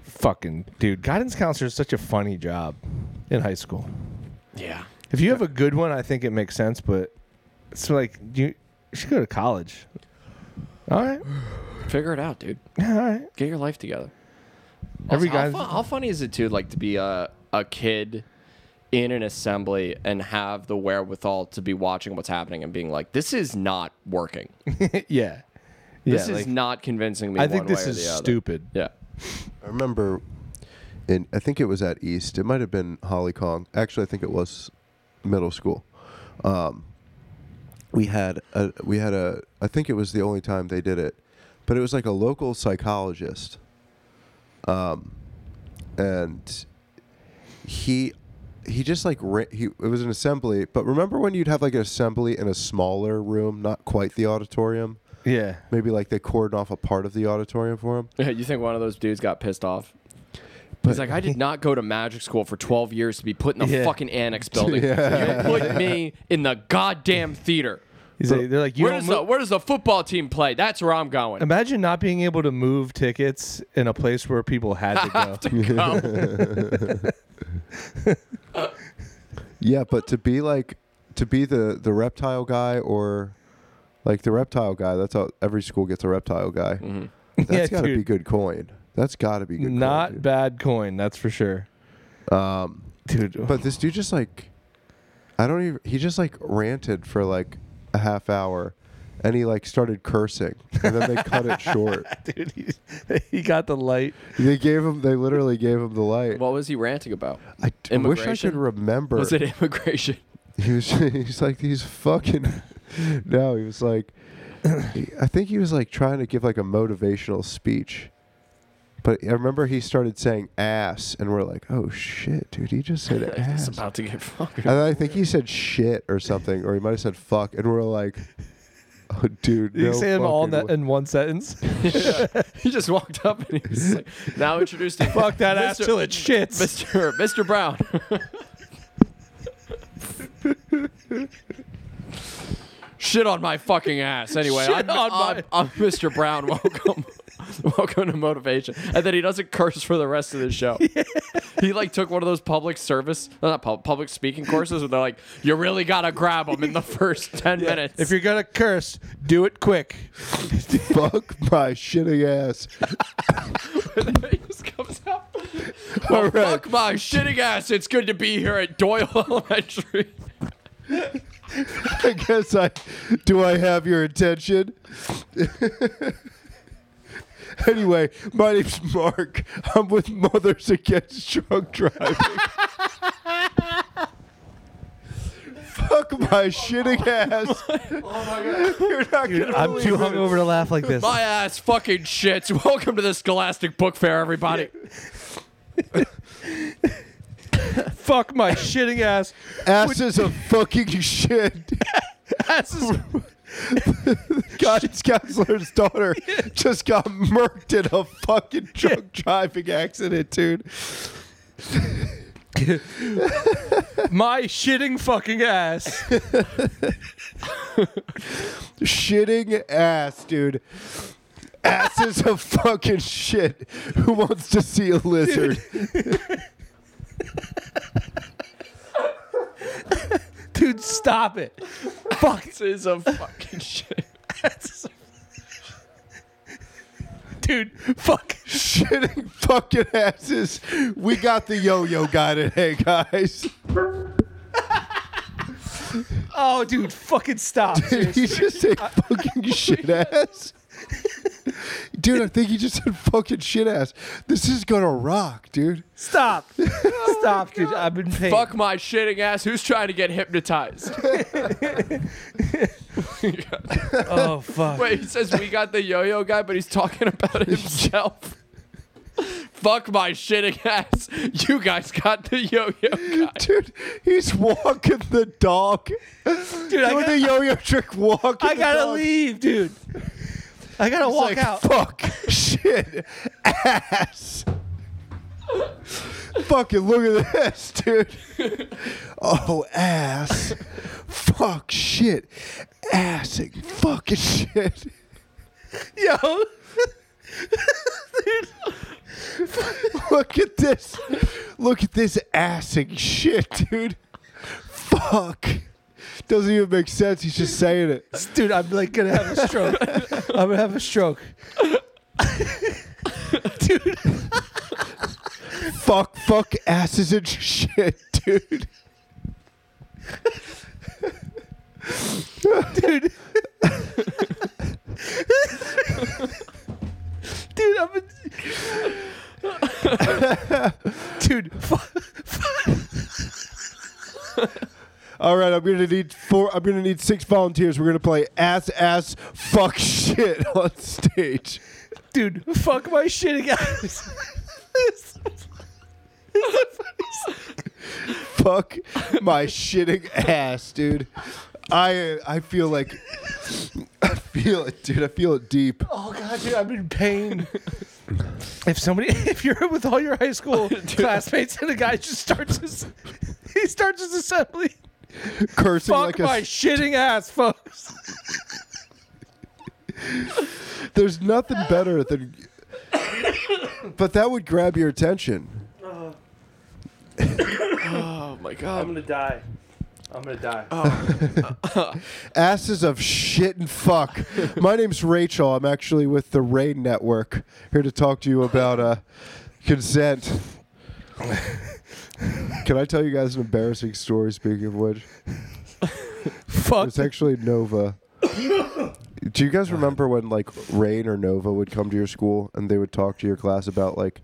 S3: fucking dude, guidance counselor is such a funny job in high school.
S1: yeah.
S3: If you have a good one, I think it makes sense, but it's like you, you should go to college. All right, <sighs>
S1: Figure it out, dude.
S3: all right.
S1: Get your life together.
S3: Every
S1: Also, how,
S3: guidance-
S1: fu- how funny is it too, like to be a a kid in an assembly and have the wherewithal to be watching what's happening and being like, this is not working.
S3: <laughs> <laughs> yeah, yeah.
S1: This is
S3: like,
S1: not convincing me.
S3: I
S1: one
S3: think this
S1: way or
S3: is
S1: the other."
S3: stupid.
S1: Yeah.
S2: I remember, in I think it was at East. It might have been Holly Kong. Actually, I think it was middle school. Um, we had a we had a. I think it was the only time they did it, but it was like a local psychologist. Um, and he he just like ra- he it was an assembly. But remember when you'd have like an assembly in a smaller room, not quite the auditorium.
S3: Yeah,
S2: Maybe like they cordoned off a part of the auditorium for him.
S1: you think one of those dudes got pissed off? He's like, I did not go to magic school for 12 years to be put in the
S3: Yeah.
S1: fucking
S3: <laughs>
S1: annex building.
S2: Yeah.
S1: You put me in the goddamn theater.
S3: He's like, they're like you
S1: Where
S3: don't
S1: does,
S3: move-
S1: the, where does the football team play? That's where I'm going. <laughs>
S3: Imagine not being able to move tickets in a place where people had to go. <laughs>
S2: Yeah, but to be like to be the the reptile guy or like the reptile guy, that's how every school gets a reptile guy.
S1: <laughs> Mm-hmm.
S2: That's
S3: Yeah,
S2: gotta be
S3: dude.
S2: good coin. That's gotta be good
S3: Not
S2: coin. dude.
S3: bad coin, that's for sure.
S2: um
S3: Dude,
S2: but this dude just like I don't even he just like ranted for like a half hour and he like started cursing, and then they cut it short.
S3: <laughs> Dude, he, he got the light.
S2: They gave him. They literally gave him the light.
S1: What was he ranting about?
S2: I d- wish I could
S1: immigration?
S2: remember.
S1: Was it immigration?
S2: He was. <laughs> He's like these fucking. <laughs> No, he was like. I think he was like trying to give like a motivational speech, but I remember he started saying ass, and we're like, oh shit, dude, he just
S3: <laughs>
S2: said
S1: It's
S2: ass.
S1: about to get fucked.
S2: And I think he said shit or something, or he might have said fuck, and we're like, <laughs> oh, dude,
S3: You
S2: no
S3: say him all in,
S2: fucking
S3: that, in one sentence.
S1: <laughs> he just walked up and he's like, now introduced him.
S3: <laughs> Fuck that ass
S1: Mr.
S3: till it shits.
S1: Mr. Mr. Brown. <laughs> Shit on my fucking ass. Anyway,
S3: Shit
S1: I'm,
S3: on my-
S1: I'm, I'm Mr. Brown. Welcome. <laughs> Welcome to Motivation. And then he doesn't curse for the rest of the
S3: <laughs>
S1: show. He like took one of those public service, no, not pub- public speaking courses where they're like, you really got to grab them in the first 10 minutes.
S3: If you're gonna curse, do it quick.
S2: fuck my shitty ass.
S1: he just comes out. Well,
S2: All right.
S1: fuck my shitting ass. It's good to be here at Doyle <laughs> Elementary.
S2: I guess I do. I have your attention. <laughs> anyway, my name's Mark. I'm with Mothers Against Drunk Driving. Fuck my shitting ass. You're not gonna
S3: I'm
S2: believe
S3: too
S2: it.
S3: hungover to laugh like this.
S1: My ass fucking shits. Welcome to the Scholastic Book Fair, everybody.
S3: <laughs> Fuck my shitting ass.
S2: Ass is a fucking
S3: <laughs>
S2: shit.
S3: Ass is
S2: Guidance counselor's daughter just got murked in a fucking
S3: <laughs>
S2: drunk driving accident, dude.
S3: <laughs> my shitting fucking ass.
S2: shitting ass, dude. Ass is a fucking shit. Who wants to see a lizard?
S3: Dude, stop it.
S1: Fuck this is a fucking shit.
S3: Dude, fuck.
S2: shitting fucking asses. We got the yo-yo guy today, guys.
S3: Oh, dude, fucking stop.
S2: Did he just say
S3: <laughs>
S2: fucking shit ass? Dude, I think he just said fucking shit ass. This is gonna rock, dude.
S3: Stop. Stop, dude. I've been pain.
S1: Fuck my shitting ass. Who's trying to get hypnotized?
S3: Oh, fuck.
S1: Wait, he says we got the yo-yo guy, but he's talking about himself. Fuck my shitting ass. You guys got the yo-yo guy.
S2: Dude, he's walking the dog.
S3: Dude, I
S2: Doing
S3: gotta,
S2: the yo-yo trick walking
S3: I
S2: the
S3: gotta
S2: dog.
S3: leave, dude. I gotta walk
S2: like,
S3: out.
S2: Fuck, <laughs> shit, ass. Fucking look at this, dude. Oh, ass. Fuck, shit, assing, fucking shit.
S3: Yo.
S2: Look at this. Look at this assing shit, dude. Fuck. Doesn't even make sense. He's just saying it.
S3: <laughs> Dude, I'm like gonna have
S2: <laughs>
S3: a stroke. I'm gonna have a stroke. dude,
S2: Fuck, fuck, asses and shit, dude.
S3: dude. dude, I'm a
S2: <laughs>
S3: Dude, fu-
S2: All right, I'm gonna need four. I'm gonna need six volunteers. We're gonna play ass, ass, fuck, shit <laughs> on stage.
S3: dude, fuck my shitting
S2: <laughs>
S3: ass.
S2: Fuck
S3: <laughs>
S2: my shitting ass, dude. I I feel like I feel it, dude. I feel it deep.
S3: Oh god, dude, I'm in pain. If somebody, <laughs> if you're with all your
S2: <laughs>
S3: high school classmates and a guy just starts his, <laughs> he starts his assembly.
S2: Cursing like
S3: Fuck my
S2: a
S3: shitting ass, folks.
S2: there's nothing better
S3: <laughs>
S2: than. But that would grab your attention.
S1: Oh my god.
S4: gonna die. I'm gonna die.
S2: Asses of shit and fuck. My name's Rachel. I'm actually with the Ray Network here to talk to you about uh, consent. Can I tell you guys an embarrassing story? Speaking of which,
S3: Fuck.
S2: it's actually Nova. Do you guys remember when like Rain or Nova would come to your school and they would talk to your class about like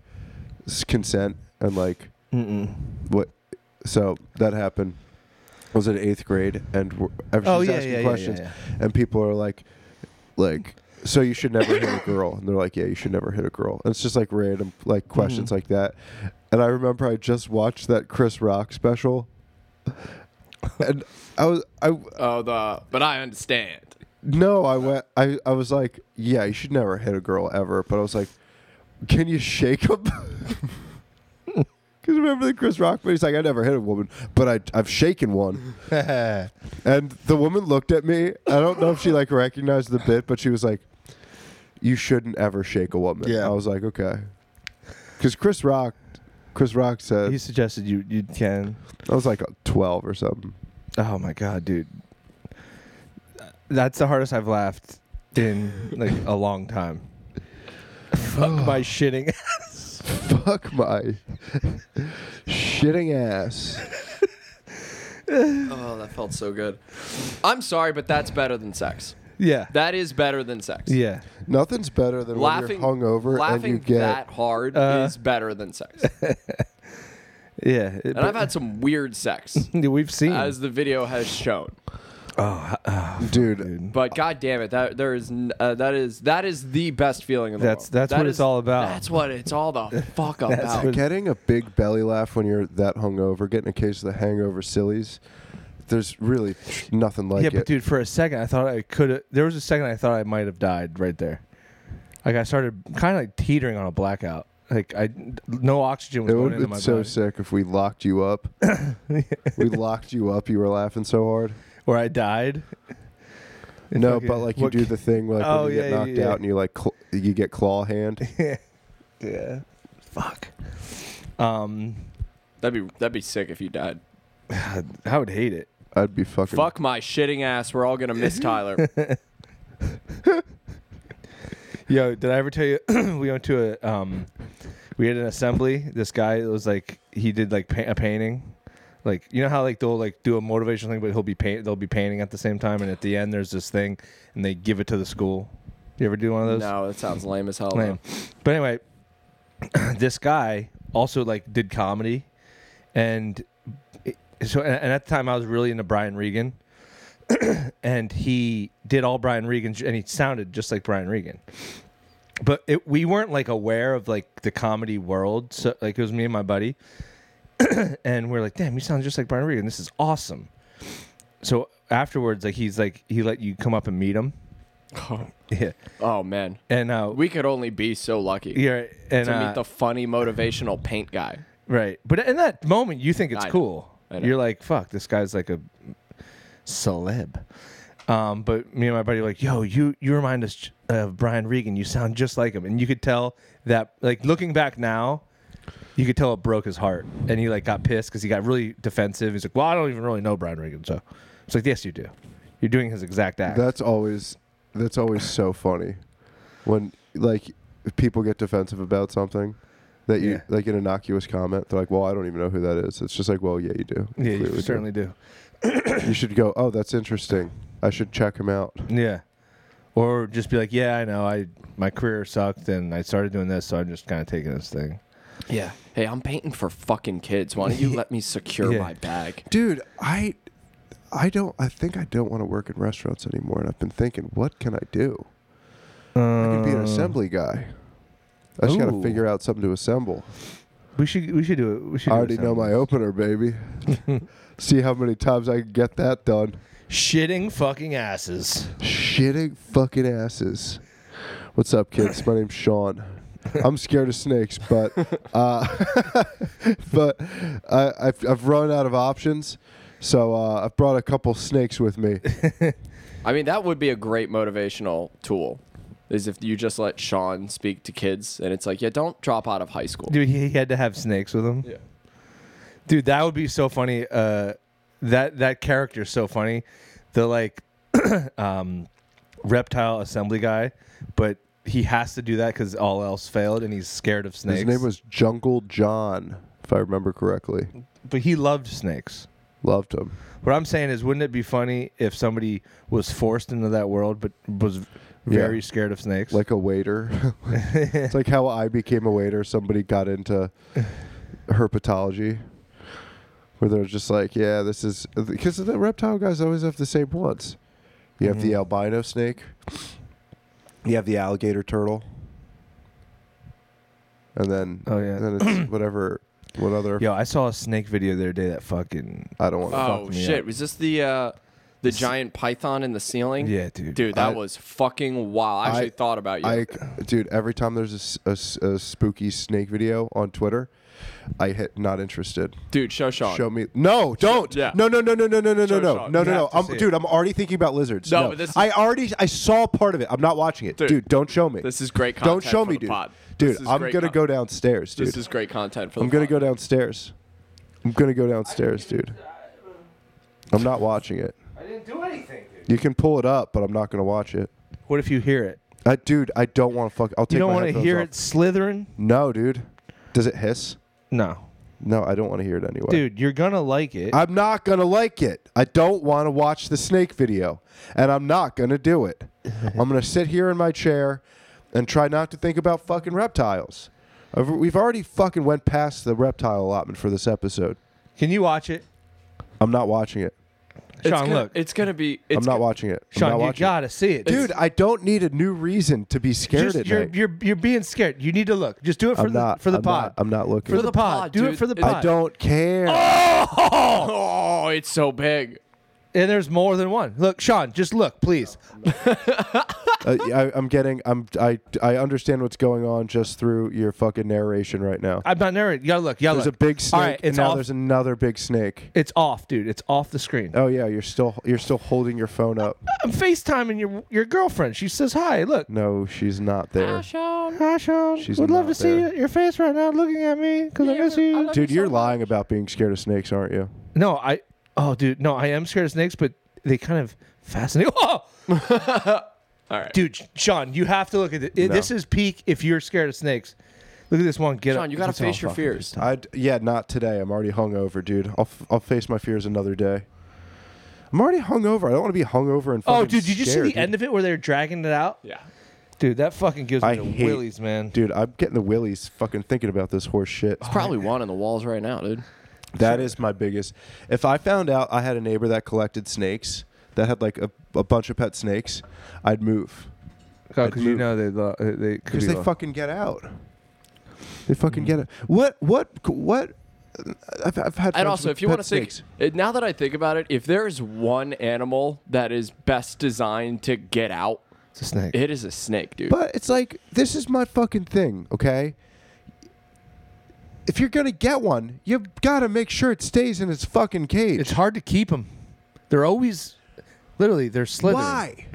S2: s- consent and like <laughs>
S3: Mm-mm.
S2: what? So that happened. I Was in eighth grade and we're- and she's
S3: Oh yeah,
S2: asking
S3: yeah, yeah,
S2: questions
S3: yeah,
S2: and people are like, like. So you should never hit a girl, and they're like, "Yeah, you should never hit a girl." And it's just like random
S3: Mm-hmm.
S2: like questions like that. And I remember I just watched that Chris Rock special, <laughs> and I was I
S1: Oh, the but I understand.
S2: No, I went. I, I was like, yeah, you should never hit a girl ever. But I was like, can you shake <laughs> them? Because remember the Chris Rock movie? He's like, I never hit a woman, but I I've shaken one.
S3: yeah.
S2: And the woman looked at me. I don't know if she like recognized the bit, but she was like, you shouldn't ever shake a woman.
S3: Yeah.
S2: I was like, okay. Because Chris Rock, Chris Rock said
S3: he suggested you you can.
S2: I was like uh, twelve or something. <laughs>
S3: Oh my god, dude. That's the hardest I've laughed in like a long time.
S2: <sighs>
S3: Fuck my shitting. <laughs>
S2: Fuck my <laughs> shitting ass.
S1: Oh, that felt so good. I'm sorry, but that's better than sex.
S3: yeah.
S1: That is better than sex.
S3: Yeah.
S2: Nothing's better than
S1: Laughing,
S2: when you're hungover
S1: laughing
S2: and you get
S1: that hard
S3: Uh.
S1: is better than sex.
S3: Yeah.
S1: And I've had some weird sex,
S3: <laughs> we've seen.
S1: as the video has shown.
S3: oh, oh,
S2: dude.
S1: But god damn it, that there is n- uh, that is that is the best feeling in the
S3: That's-
S1: world.
S3: that's
S1: That
S3: what it's
S1: is-
S3: all about.
S1: That's what it's all the fuck
S3: <laughs> That's
S1: about.
S3: what-
S2: Getting a big belly laugh when you're that hungover, getting a case of the hangover sillies. There's really nothing like
S3: yeah,
S2: it.
S3: but dude, for a second I thought I could. There was a second I thought I might have died right there. Like I started kind of like teetering on a blackout. Like I, no oxygen was
S2: it
S3: going
S2: would
S3: into
S2: have
S3: my
S2: been so
S3: body.
S2: sick if we locked you
S3: <coughs>
S2: up. we locked you up. You were laughing so
S3: <laughs>
S2: hard.
S3: Where I died. <laughs>
S2: No,
S3: Fucking-
S2: but like you
S3: what-
S2: do the thing like
S3: Oh,
S2: when you
S3: yeah,
S2: get
S3: yeah,
S2: knocked
S3: yeah.
S2: out and you like cl- you get claw hand.
S3: Yeah. Fuck. Um, <sighs>
S1: That'd be that'd be sick if you died.
S3: I would hate it.
S2: I'd be fucking.
S1: Fuck my shitting ass. We're all gonna
S3: <laughs>
S1: miss Tyler.
S3: Yo, did I ever tell you <clears throat> we went to a um, we had an assembly. This guy was like he did like pa- a painting, like you know how like they'll like do a motivational thing, but he'll be paint they'll be painting at the same time, and at the end there's this thing, and they give it to the school. You ever do one of those?
S1: no, that sounds lame as hell. though.
S3: Lame. Oh, But anyway, <clears throat> this guy also like did comedy, and it- so and and at the time I was really into Brian Regan, <clears throat> and he did all Brian Regan's, and he sounded just like Brian Regan. But it, we weren't like aware of like the comedy world, so like it was me and my buddy, <clears throat> and we are like, damn, you sound just like Brian Regan. This is awesome. So afterwards, like he's like he let you come up and meet him. <laughs>
S1: Oh,
S3: Yeah,
S1: <laughs> oh, man,
S3: and uh,
S1: we could only be so lucky
S3: yeah, and
S1: to
S3: uh,
S1: meet the funny motivational paint guy.
S3: Right. But in that moment, you think it's
S1: I know.
S3: cool.
S1: I know.
S3: You're like, fuck, this guy's like a celeb. Um, but me and my buddy were like, yo, you you remind us of Brian Regan. You sound just like him. And you could tell that, like, looking back now, you could tell it broke his heart. And he, like, got pissed because he got really defensive. He's like, well, I don't even really know Brian Regan. So it's like, yes, you do. You're doing his exact act.
S2: That's always that's always so funny when like people get defensive about something that you
S3: Yeah.
S2: like an innocuous comment. They're like, "Well, I don't even know who that is." It's just like, "Well, yeah, you do."
S3: yeah,
S2: clearly
S3: you
S2: do.
S3: certainly do.
S2: You should go. Oh, that's interesting. I should check him out.
S3: Yeah. Or just be like, yeah, I know. I My career sucked and I started doing this. So I'm just kind of taking this thing.
S1: Yeah. Hey, I'm painting for fucking kids. Why don't you let me secure
S3: Yeah.
S1: my bag?
S2: Dude, I I don't I think I don't want to work in restaurants anymore and I've been thinking, what can I do? I could be an
S3: Uh,
S2: assembly guy. I just got to
S3: Ooh.
S2: figure out something to assemble.
S3: We should we should do it. We should.
S2: I
S3: do
S2: already
S3: this
S2: know
S3: now.
S2: my opener, baby.
S3: <laughs>
S2: See how many times I can get that done.
S3: shitting fucking asses.
S2: Shitting fucking asses. What's up, kids? My name's Sean. I'm scared of snakes, but uh, <laughs> but I, I've, I've run out of options, so uh, I've brought a couple snakes with me.
S1: I mean, that would be a great motivational tool. Is if you just let Sean speak to kids and it's like, yeah, don't drop out of high school.
S3: Dude, he, he had to have snakes with him.
S1: Yeah.
S3: Dude, that would be so funny. Uh, that that character's so funny. The like, <coughs> um, reptile assembly guy, but he has to do that because all else failed, and he's scared of snakes.
S2: His name was Jungle John, if I remember correctly.
S3: but he loved snakes.
S2: Loved him.
S3: What I'm saying is, wouldn't it be funny if somebody was forced into that world but was very scared of snakes?
S2: Like a waiter. <laughs> it's like how I became a waiter. Somebody got into herpetology. Where they're just like, yeah, this is because the reptile guys always have the same ones. You have
S3: Mm-hmm.
S2: the albino snake. You have the alligator turtle. And then,
S3: Oh, yeah.
S2: and then
S3: <clears throat>
S2: it's whatever, what other?
S3: Yo, I saw a snake video the other day that fucking
S2: I don't want to.
S1: Oh
S3: me
S1: shit!
S3: up.
S1: Was this the uh, the giant python in the ceiling?
S3: yeah, dude.
S1: dude, that
S2: I-
S1: was fucking wild. I actually
S2: I-
S1: thought about you.
S2: I, dude, every time there's a s- a, s- a spooky snake video on Twitter, I hit not interested.
S1: dude, show Sean.
S2: Show me. No, don't.
S1: yeah.
S2: No, no, no, no, no, no, no, no,
S1: Show
S2: no,
S1: Sean.
S2: no, no,
S1: You
S2: no.
S3: have to
S2: I'm,
S3: see it.
S2: dude, I'm already thinking about lizards.
S1: No,
S2: No,
S1: but this-
S2: I already, I saw part of it. I'm not watching it,
S1: Dude.
S2: dude. don't show me.
S1: This is great
S2: Don't
S1: content.
S2: show
S1: for
S2: me,
S1: the
S2: dude.
S1: pod.
S2: Dude,
S1: This is
S2: I'm
S1: great
S2: gonna
S1: con-
S2: go downstairs, dude.
S1: This is great content for the
S2: I'm gonna
S1: pod.
S2: go downstairs. I'm gonna go downstairs, dude. I'm not watching it.
S3: I didn't do anything, dude.
S2: You can pull it up, but I'm not gonna watch it.
S3: What if you hear it?
S2: I, dude, I don't want to fuck. I'll take.
S3: You don't
S2: want to
S3: hear it slithering?
S2: No, dude. Does it hiss?
S3: No,
S2: No, I don't want to hear it anyway.
S3: dude, you're gonna like it.
S2: I'm not going to like it. I don't want to watch the snake video, and I'm not going to do
S3: <laughs>
S2: it. I'm going to sit here in my chair and try not to think about fucking reptiles. I've- We've already fucking went past the reptile allotment for this episode.
S3: Can you watch it,
S2: I'm not watching it.
S1: It's
S3: Sean?
S1: gonna-
S3: Look,
S1: it's gonna be. It's
S2: I'm not
S1: go-
S2: watching it. I'm not
S3: Sean, you
S2: watching it.
S3: gotta see it,
S2: Dude, I don't need a new reason to be scared
S3: Just,
S2: at
S3: you're,
S2: night.
S3: you're you're being scared. You need to look. Just do it for
S2: I'm
S3: the
S2: not.
S3: for the
S2: I'm
S3: pod.
S2: Not, I'm not looking.
S3: for the pod. Do it
S1: dude.
S3: for the
S1: It's-
S3: pod.
S2: I don't care.
S3: <laughs>
S1: Oh, it's so big.
S3: And there's more than one. Look, Sean, just look, please.
S2: Uh, yeah, I, I'm getting. I'm. I. I understand what's going on just through your fucking narration right now.
S3: I'm not narrating. You gotta look. You gotta
S2: There's a
S3: look.
S2: big snake,
S3: All right,
S2: and
S3: it's
S2: now
S3: off.
S2: there's another big snake.
S3: It's off, dude. It's off the screen.
S2: Oh yeah, you're still you're still holding your phone up.
S3: I'm FaceTiming your your girlfriend. She says hi. Look.
S2: No, she's not there.
S3: Hi, Sean.
S2: She's
S3: Would love
S2: not
S3: to
S2: there.
S3: see your face right now, looking at me because I miss you.
S2: Dude, you're lying about being scared of snakes, aren't you?
S3: No, I. Oh, dude, no, I am scared of snakes, but they kind of fascinate. <laughs>
S2: <laughs>
S3: Oh,
S1: All right,
S3: dude, Sean, you have to look at it.
S2: No.
S3: This is peak. If you're scared of snakes, look at this one. Get
S1: Sean,
S3: up.
S1: you gotta
S3: It's all
S1: face your
S3: fucking
S1: fears.
S3: pissed off.
S2: I yeah, not today. I'm already hungover, dude. I'll f- I'll face my fears another day. I'm already hungover. I don't want to be hungover and.
S3: Oh,
S2: fucking
S3: dude, did you see
S2: scared,
S3: the
S2: dude.
S3: end of it where they're dragging it out?
S1: Yeah.
S3: Dude, that fucking gives me
S2: I
S3: the
S2: hate-
S3: willies, man.
S2: Dude, I'm getting the willies fucking thinking about this horse shit.
S1: It's probably one on the walls right now, dude.
S2: That is my biggest. If I found out I had a neighbor that collected snakes, that had like a, a bunch of pet snakes, I'd move
S3: Oh,
S2: I'd
S3: because you
S2: move.
S3: know they lo- they they could
S2: because
S3: be
S2: they
S3: lo-
S2: fucking get out. They fucking get it. What? What? What? I've, I've had.
S1: And
S2: friends
S1: also,
S2: with
S1: if you
S2: pet
S1: want to think,
S2: snakes.
S1: it- now that I think about it, if there is one animal that is best designed to get out,
S3: It's a snake.
S1: it is a snake, dude.
S2: But it's like this is my fucking thing, okay? If you're gonna get one, you've got to make sure it stays in its fucking cage.
S3: It's hard to keep them. They're always, literally, they're slithering.
S2: Why,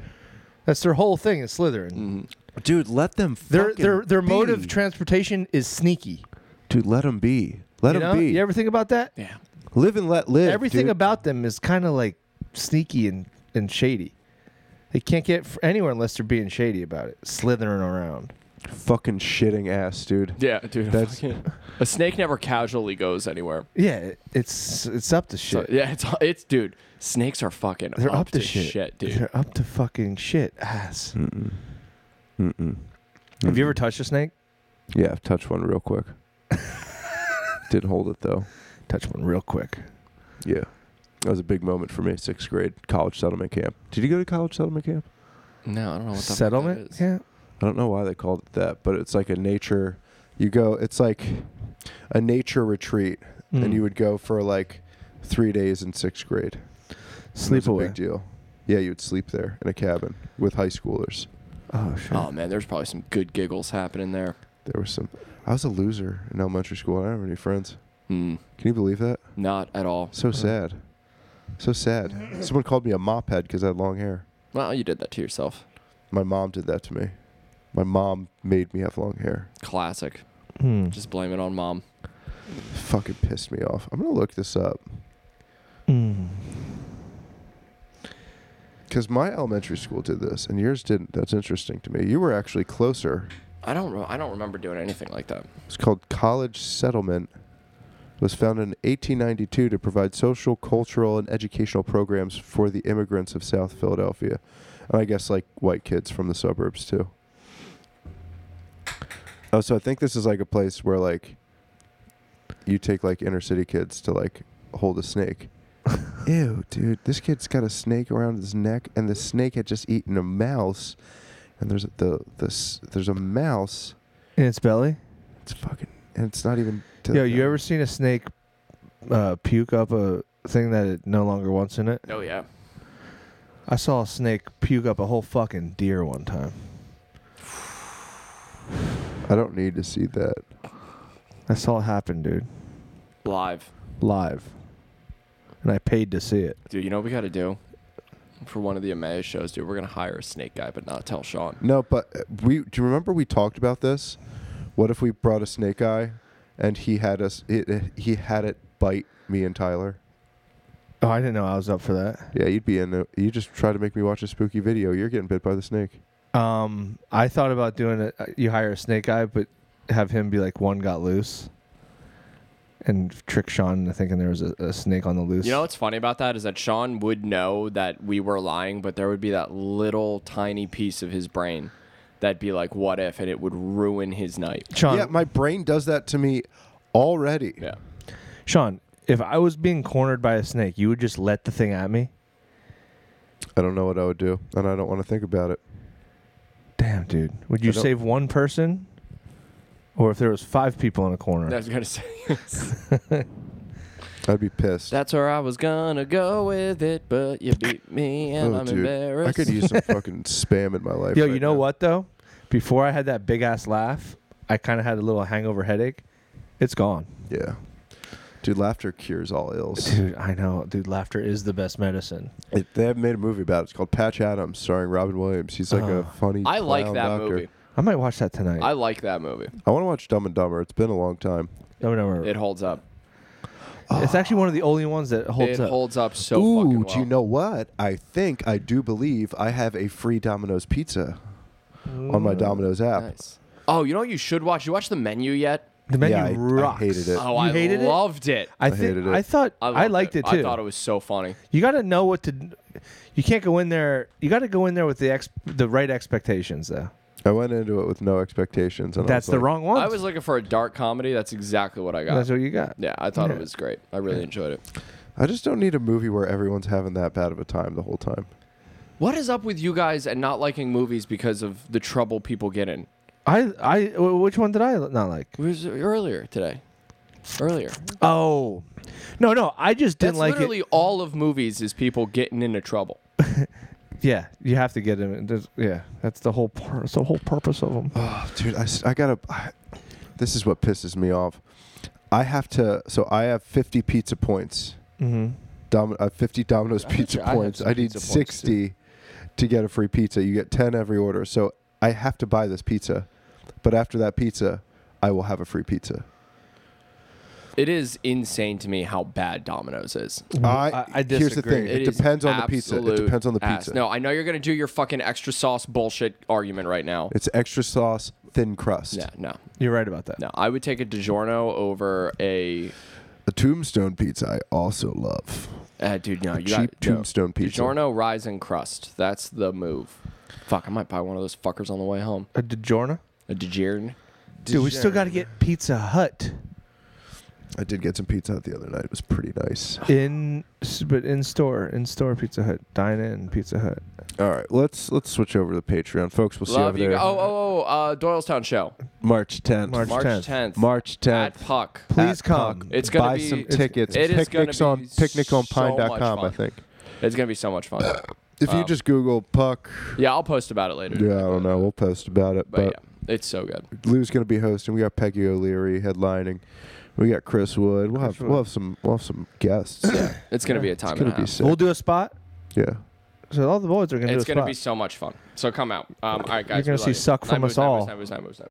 S3: That's their whole thing is slithering.
S1: Mm-hmm.
S2: dude? Let them.
S3: Their
S2: fucking
S3: their their mode
S2: be.
S3: of transportation is sneaky.
S2: dude. Let them be. Let
S3: you
S2: them
S3: know?
S2: be.
S3: You ever think about that?
S1: yeah,
S2: live and let live.
S3: Everything
S2: dude.
S3: about them is kind of like sneaky and and shady. They can't get f- anywhere unless they're being shady about it, slithering around.
S2: fucking shitting ass, dude.
S1: yeah, dude.
S2: That's-
S1: fucking- a snake never casually goes anywhere.
S3: Yeah, it, it's it's up to
S1: So,
S3: shit.
S1: yeah, it's it's dude. Snakes are fucking.
S3: They're up, to,
S1: shit.
S3: shit.
S1: dude.
S3: They're up to fucking shit ass. Mm-mm. Have you ever touched a snake?
S2: Yeah, I've touched one real
S3: <laughs>
S2: quick. Didn't hold it though.
S3: Touch one real quick.
S2: Yeah. That was a big moment for me. Sixth grade college settlement camp. Did you go to college settlement camp?
S1: No, I don't know what the fuck that
S3: Settlement?
S1: is.
S3: Yeah.
S2: I don't know why they called it that, but it's like a nature. You go. It's like a nature retreat, and
S3: Mm.
S2: you would go for like three days in sixth grade. It
S3: Sleep
S2: was a
S3: away.
S2: Big deal. Yeah, you would sleep there in a cabin with high schoolers.
S3: Oh shit.
S1: Oh man, there's probably some good giggles happening there.
S2: There was some. I was a loser in elementary school. I don't have any friends.
S1: Hmm.
S2: Can you believe that?
S1: not at all.
S2: So sad. So sad. Someone called me a mop head because I had long hair.
S1: Well, you did that to yourself.
S2: My mom did that to me. My mom made me have long hair.
S1: Classic.
S3: Hmm.
S1: Just blame it on mom.
S2: Fucking pissed me off. I'm gonna look this up
S3: Mm.
S2: because my elementary school did this and yours didn't. That's interesting to me. You were actually closer.
S1: I don't. re- I don't remember doing anything like that.
S2: It's called college settlement was founded in 1892 to provide social, cultural, and educational programs for the immigrants of South Philadelphia. And I guess like white kids from the suburbs too. Oh, so I think this is like a place where like you take like inner city kids to like hold a snake. Ew, dude, this kid's got a snake around his neck, and the snake had just eaten a mouse. And there's the this there's a mouse.
S3: in its belly.
S2: It's fucking and it's not even. to-
S3: Yo, you ever seen a snake uh, puke up a thing that it no longer wants in it?
S1: Oh yeah.
S3: I saw a snake puke up a whole fucking deer one time.
S2: I don't need to see that.
S3: I saw it happen, dude,
S1: Live.
S3: live, and I paid to see it.
S1: Dude, you know what we got to do? For one of the Emmaus shows, dude, we're going to hire a snake guy, but not tell Sean.
S2: No, but uh, we do you remember we talked about this? What if we brought a snake eye, and he had us it, he had it bite me and Tyler?
S3: Oh, I didn't know I was up for that.
S2: Yeah, you'd be in. The, you just try to make me watch a spooky video. You're getting bit by the snake.
S3: Um, I thought about doing it. Uh, You hire a snake eye, but have him be like one got loose, and trick Sean into thinking there was a, a snake on the loose.
S1: You know what's funny about that is that Sean would know that we were lying, but there would be that little tiny piece of his brain that'd be like, what if? And it would ruin his night.
S3: Sean.
S2: yeah, my brain does that to me already.
S1: Yeah.
S3: Sean, if I was being cornered by a snake, you would just let the thing at me.
S2: I don't know what I would do, and I don't want to think about it.
S3: Damn, dude. Would
S2: I
S3: you
S2: don't-
S3: save one person, or if there was five people in a corner?
S1: I was going to say. <laughs>
S2: I'd be pissed.
S1: That's where I was going to go with it, but you beat me and
S2: Oh,
S1: I'm
S2: dude.
S1: embarrassed.
S2: I could use some fucking spam in my life.
S3: Yo,
S2: right
S3: you know
S2: now.
S3: what though? Before I had that big ass laugh, I kind of had a little hangover headache. It's gone.
S2: Yeah, dude, laughter cures all
S3: <laughs>
S2: ills.
S3: Dude, I know. Dude, laughter is the best medicine.
S2: It, they have made a movie about it. It's called Patch Adams, starring Robin Williams. He's like
S3: Oh.
S2: a funny.
S1: I like
S2: clown
S1: that
S2: doctor.
S1: movie.
S3: I might watch that tonight.
S1: I like that movie.
S2: I want to watch Dumb and Dumber. It's been a long time.
S3: No, no, no.
S1: It holds up.
S3: It's actually one of the only ones that holds
S1: it
S3: up.
S1: holds up so
S2: Ooh,
S1: fucking well.
S2: do you know what? I think I do believe I have a free Domino's pizza on my Domino's app.
S1: Nice. Oh, you know what you should watch? You watch the menu yet?
S3: the menu
S2: Yeah, I- I
S3: rocks.
S2: hated it.
S1: Oh,
S3: You
S1: I
S3: hated it?
S1: loved it.
S3: I,
S2: I
S3: think,
S2: hated it.
S3: I thought I,
S1: loved
S3: liked it, too.
S1: I thought it was so funny.
S3: you got to know what to. d- You can't go in there. You got to go in there with the ex, the right expectations though.
S2: I went into it with no expectations. And I
S3: That's
S2: was
S3: the
S2: like,
S3: wrong one.
S1: I was looking for a dark comedy. That's exactly what I got.
S3: That's what you got.
S1: yeah, I thought
S3: Yeah.
S1: it was great. I really enjoyed it.
S2: I just don't need a movie where everyone's having that bad of a time the whole time.
S1: What is up with you guys and not liking movies because of the trouble people get in?
S3: I I w- which one did I not like?
S1: It was earlier today. Earlier.
S3: Oh, no no. I just didn't
S1: That's
S3: like
S1: literally all of movies is people getting into trouble.
S3: it. Yeah, you have to get him. There's, yeah, that's the whole. Pur- it's the whole purpose of them.
S2: Oh, dude, I, s- I gotta. I, this is what pisses me off. I have to. So I have 50 pizza points.
S3: Mm-hmm.
S2: Dom, uh, 50 Domino's
S1: I bet
S2: pizza
S1: you I have
S2: points.
S1: some
S2: I need
S1: pizza points,
S2: 60 to get a free pizza. You get 10 every order. So I have to buy this pizza. But after that pizza, I will have a free pizza.
S1: It is insane to me how bad Domino's is.
S3: Mm-hmm.
S2: I,
S3: I
S2: here's the thing.
S3: disagree.
S2: It,
S1: is
S2: depends on the pizza. It
S1: absolute
S2: depends on the
S1: ass.
S2: pizza.
S1: No, I know you're gonna do your fucking extra sauce bullshit argument right now.
S2: It's extra sauce, thin crust.
S1: Yeah, no,
S3: You're right about that.
S1: no. I would take a DiGiorno over a
S2: A tombstone pizza I also love.
S1: uh, dude. No, you
S2: Cheap
S1: got, no.
S2: tombstone pizza.
S1: DiGiorno rise and crust. That's the move. Fuck, I might buy one of those fuckers on the way home.
S3: A DiGiorno.
S1: A DiGiorno.
S3: Uh, Dude, we still got to get Pizza Hut
S2: I did get some pizza out the other night. It was pretty nice.
S3: in, s- but in store, in store Pizza Hut, dine in Pizza Hut.
S2: All right, let's let's switch over to the Patreon, folks. We'll see
S1: Love
S2: you
S1: you.
S2: over
S1: guys.
S2: there.
S1: Oh, oh, oh. Uh, Doylestown show.
S2: March 10th.
S3: March
S1: March
S3: 10th.
S1: 10th.
S2: March 10th.
S1: at Puck.
S3: Please
S2: At
S3: come.
S2: Puck.
S1: It's gonna
S2: buy
S1: be-
S2: some
S1: it's-
S2: tickets.
S1: it is gonna
S2: picnics
S1: be
S2: on picnic on
S1: so much
S2: pine.com, I
S1: fun.
S2: think.
S1: It's gonna be so much
S2: <coughs>
S1: fun.
S2: If you
S1: Um,
S2: just Google Puck,
S1: yeah, I'll post about it later.
S2: yeah, I don't know. We'll post about it.
S1: But
S2: But,
S1: yeah, it's so good.
S2: Lou's gonna be hosting. We got Peggy O'Leary headlining. We got Chris Wood. We'll
S3: Chris
S2: have
S3: Wood.
S2: we'll have some we'll have some guests. yeah,
S1: It's gonna
S3: Yeah,
S1: be a
S2: it's
S1: time and
S2: gonna
S1: a
S2: be
S1: half.
S2: sick.
S3: We'll do a spot.
S2: yeah.
S3: So all the boys are gonna
S1: it's
S3: do a
S1: gonna
S3: spot.
S1: be so much fun. So come out. Um, all right, guys.
S3: gonna
S1: we
S3: see
S1: love you.
S3: suck
S1: Night
S3: from
S1: moves,
S3: us
S1: night moves,
S3: all.
S1: night moves, night moves, night moves.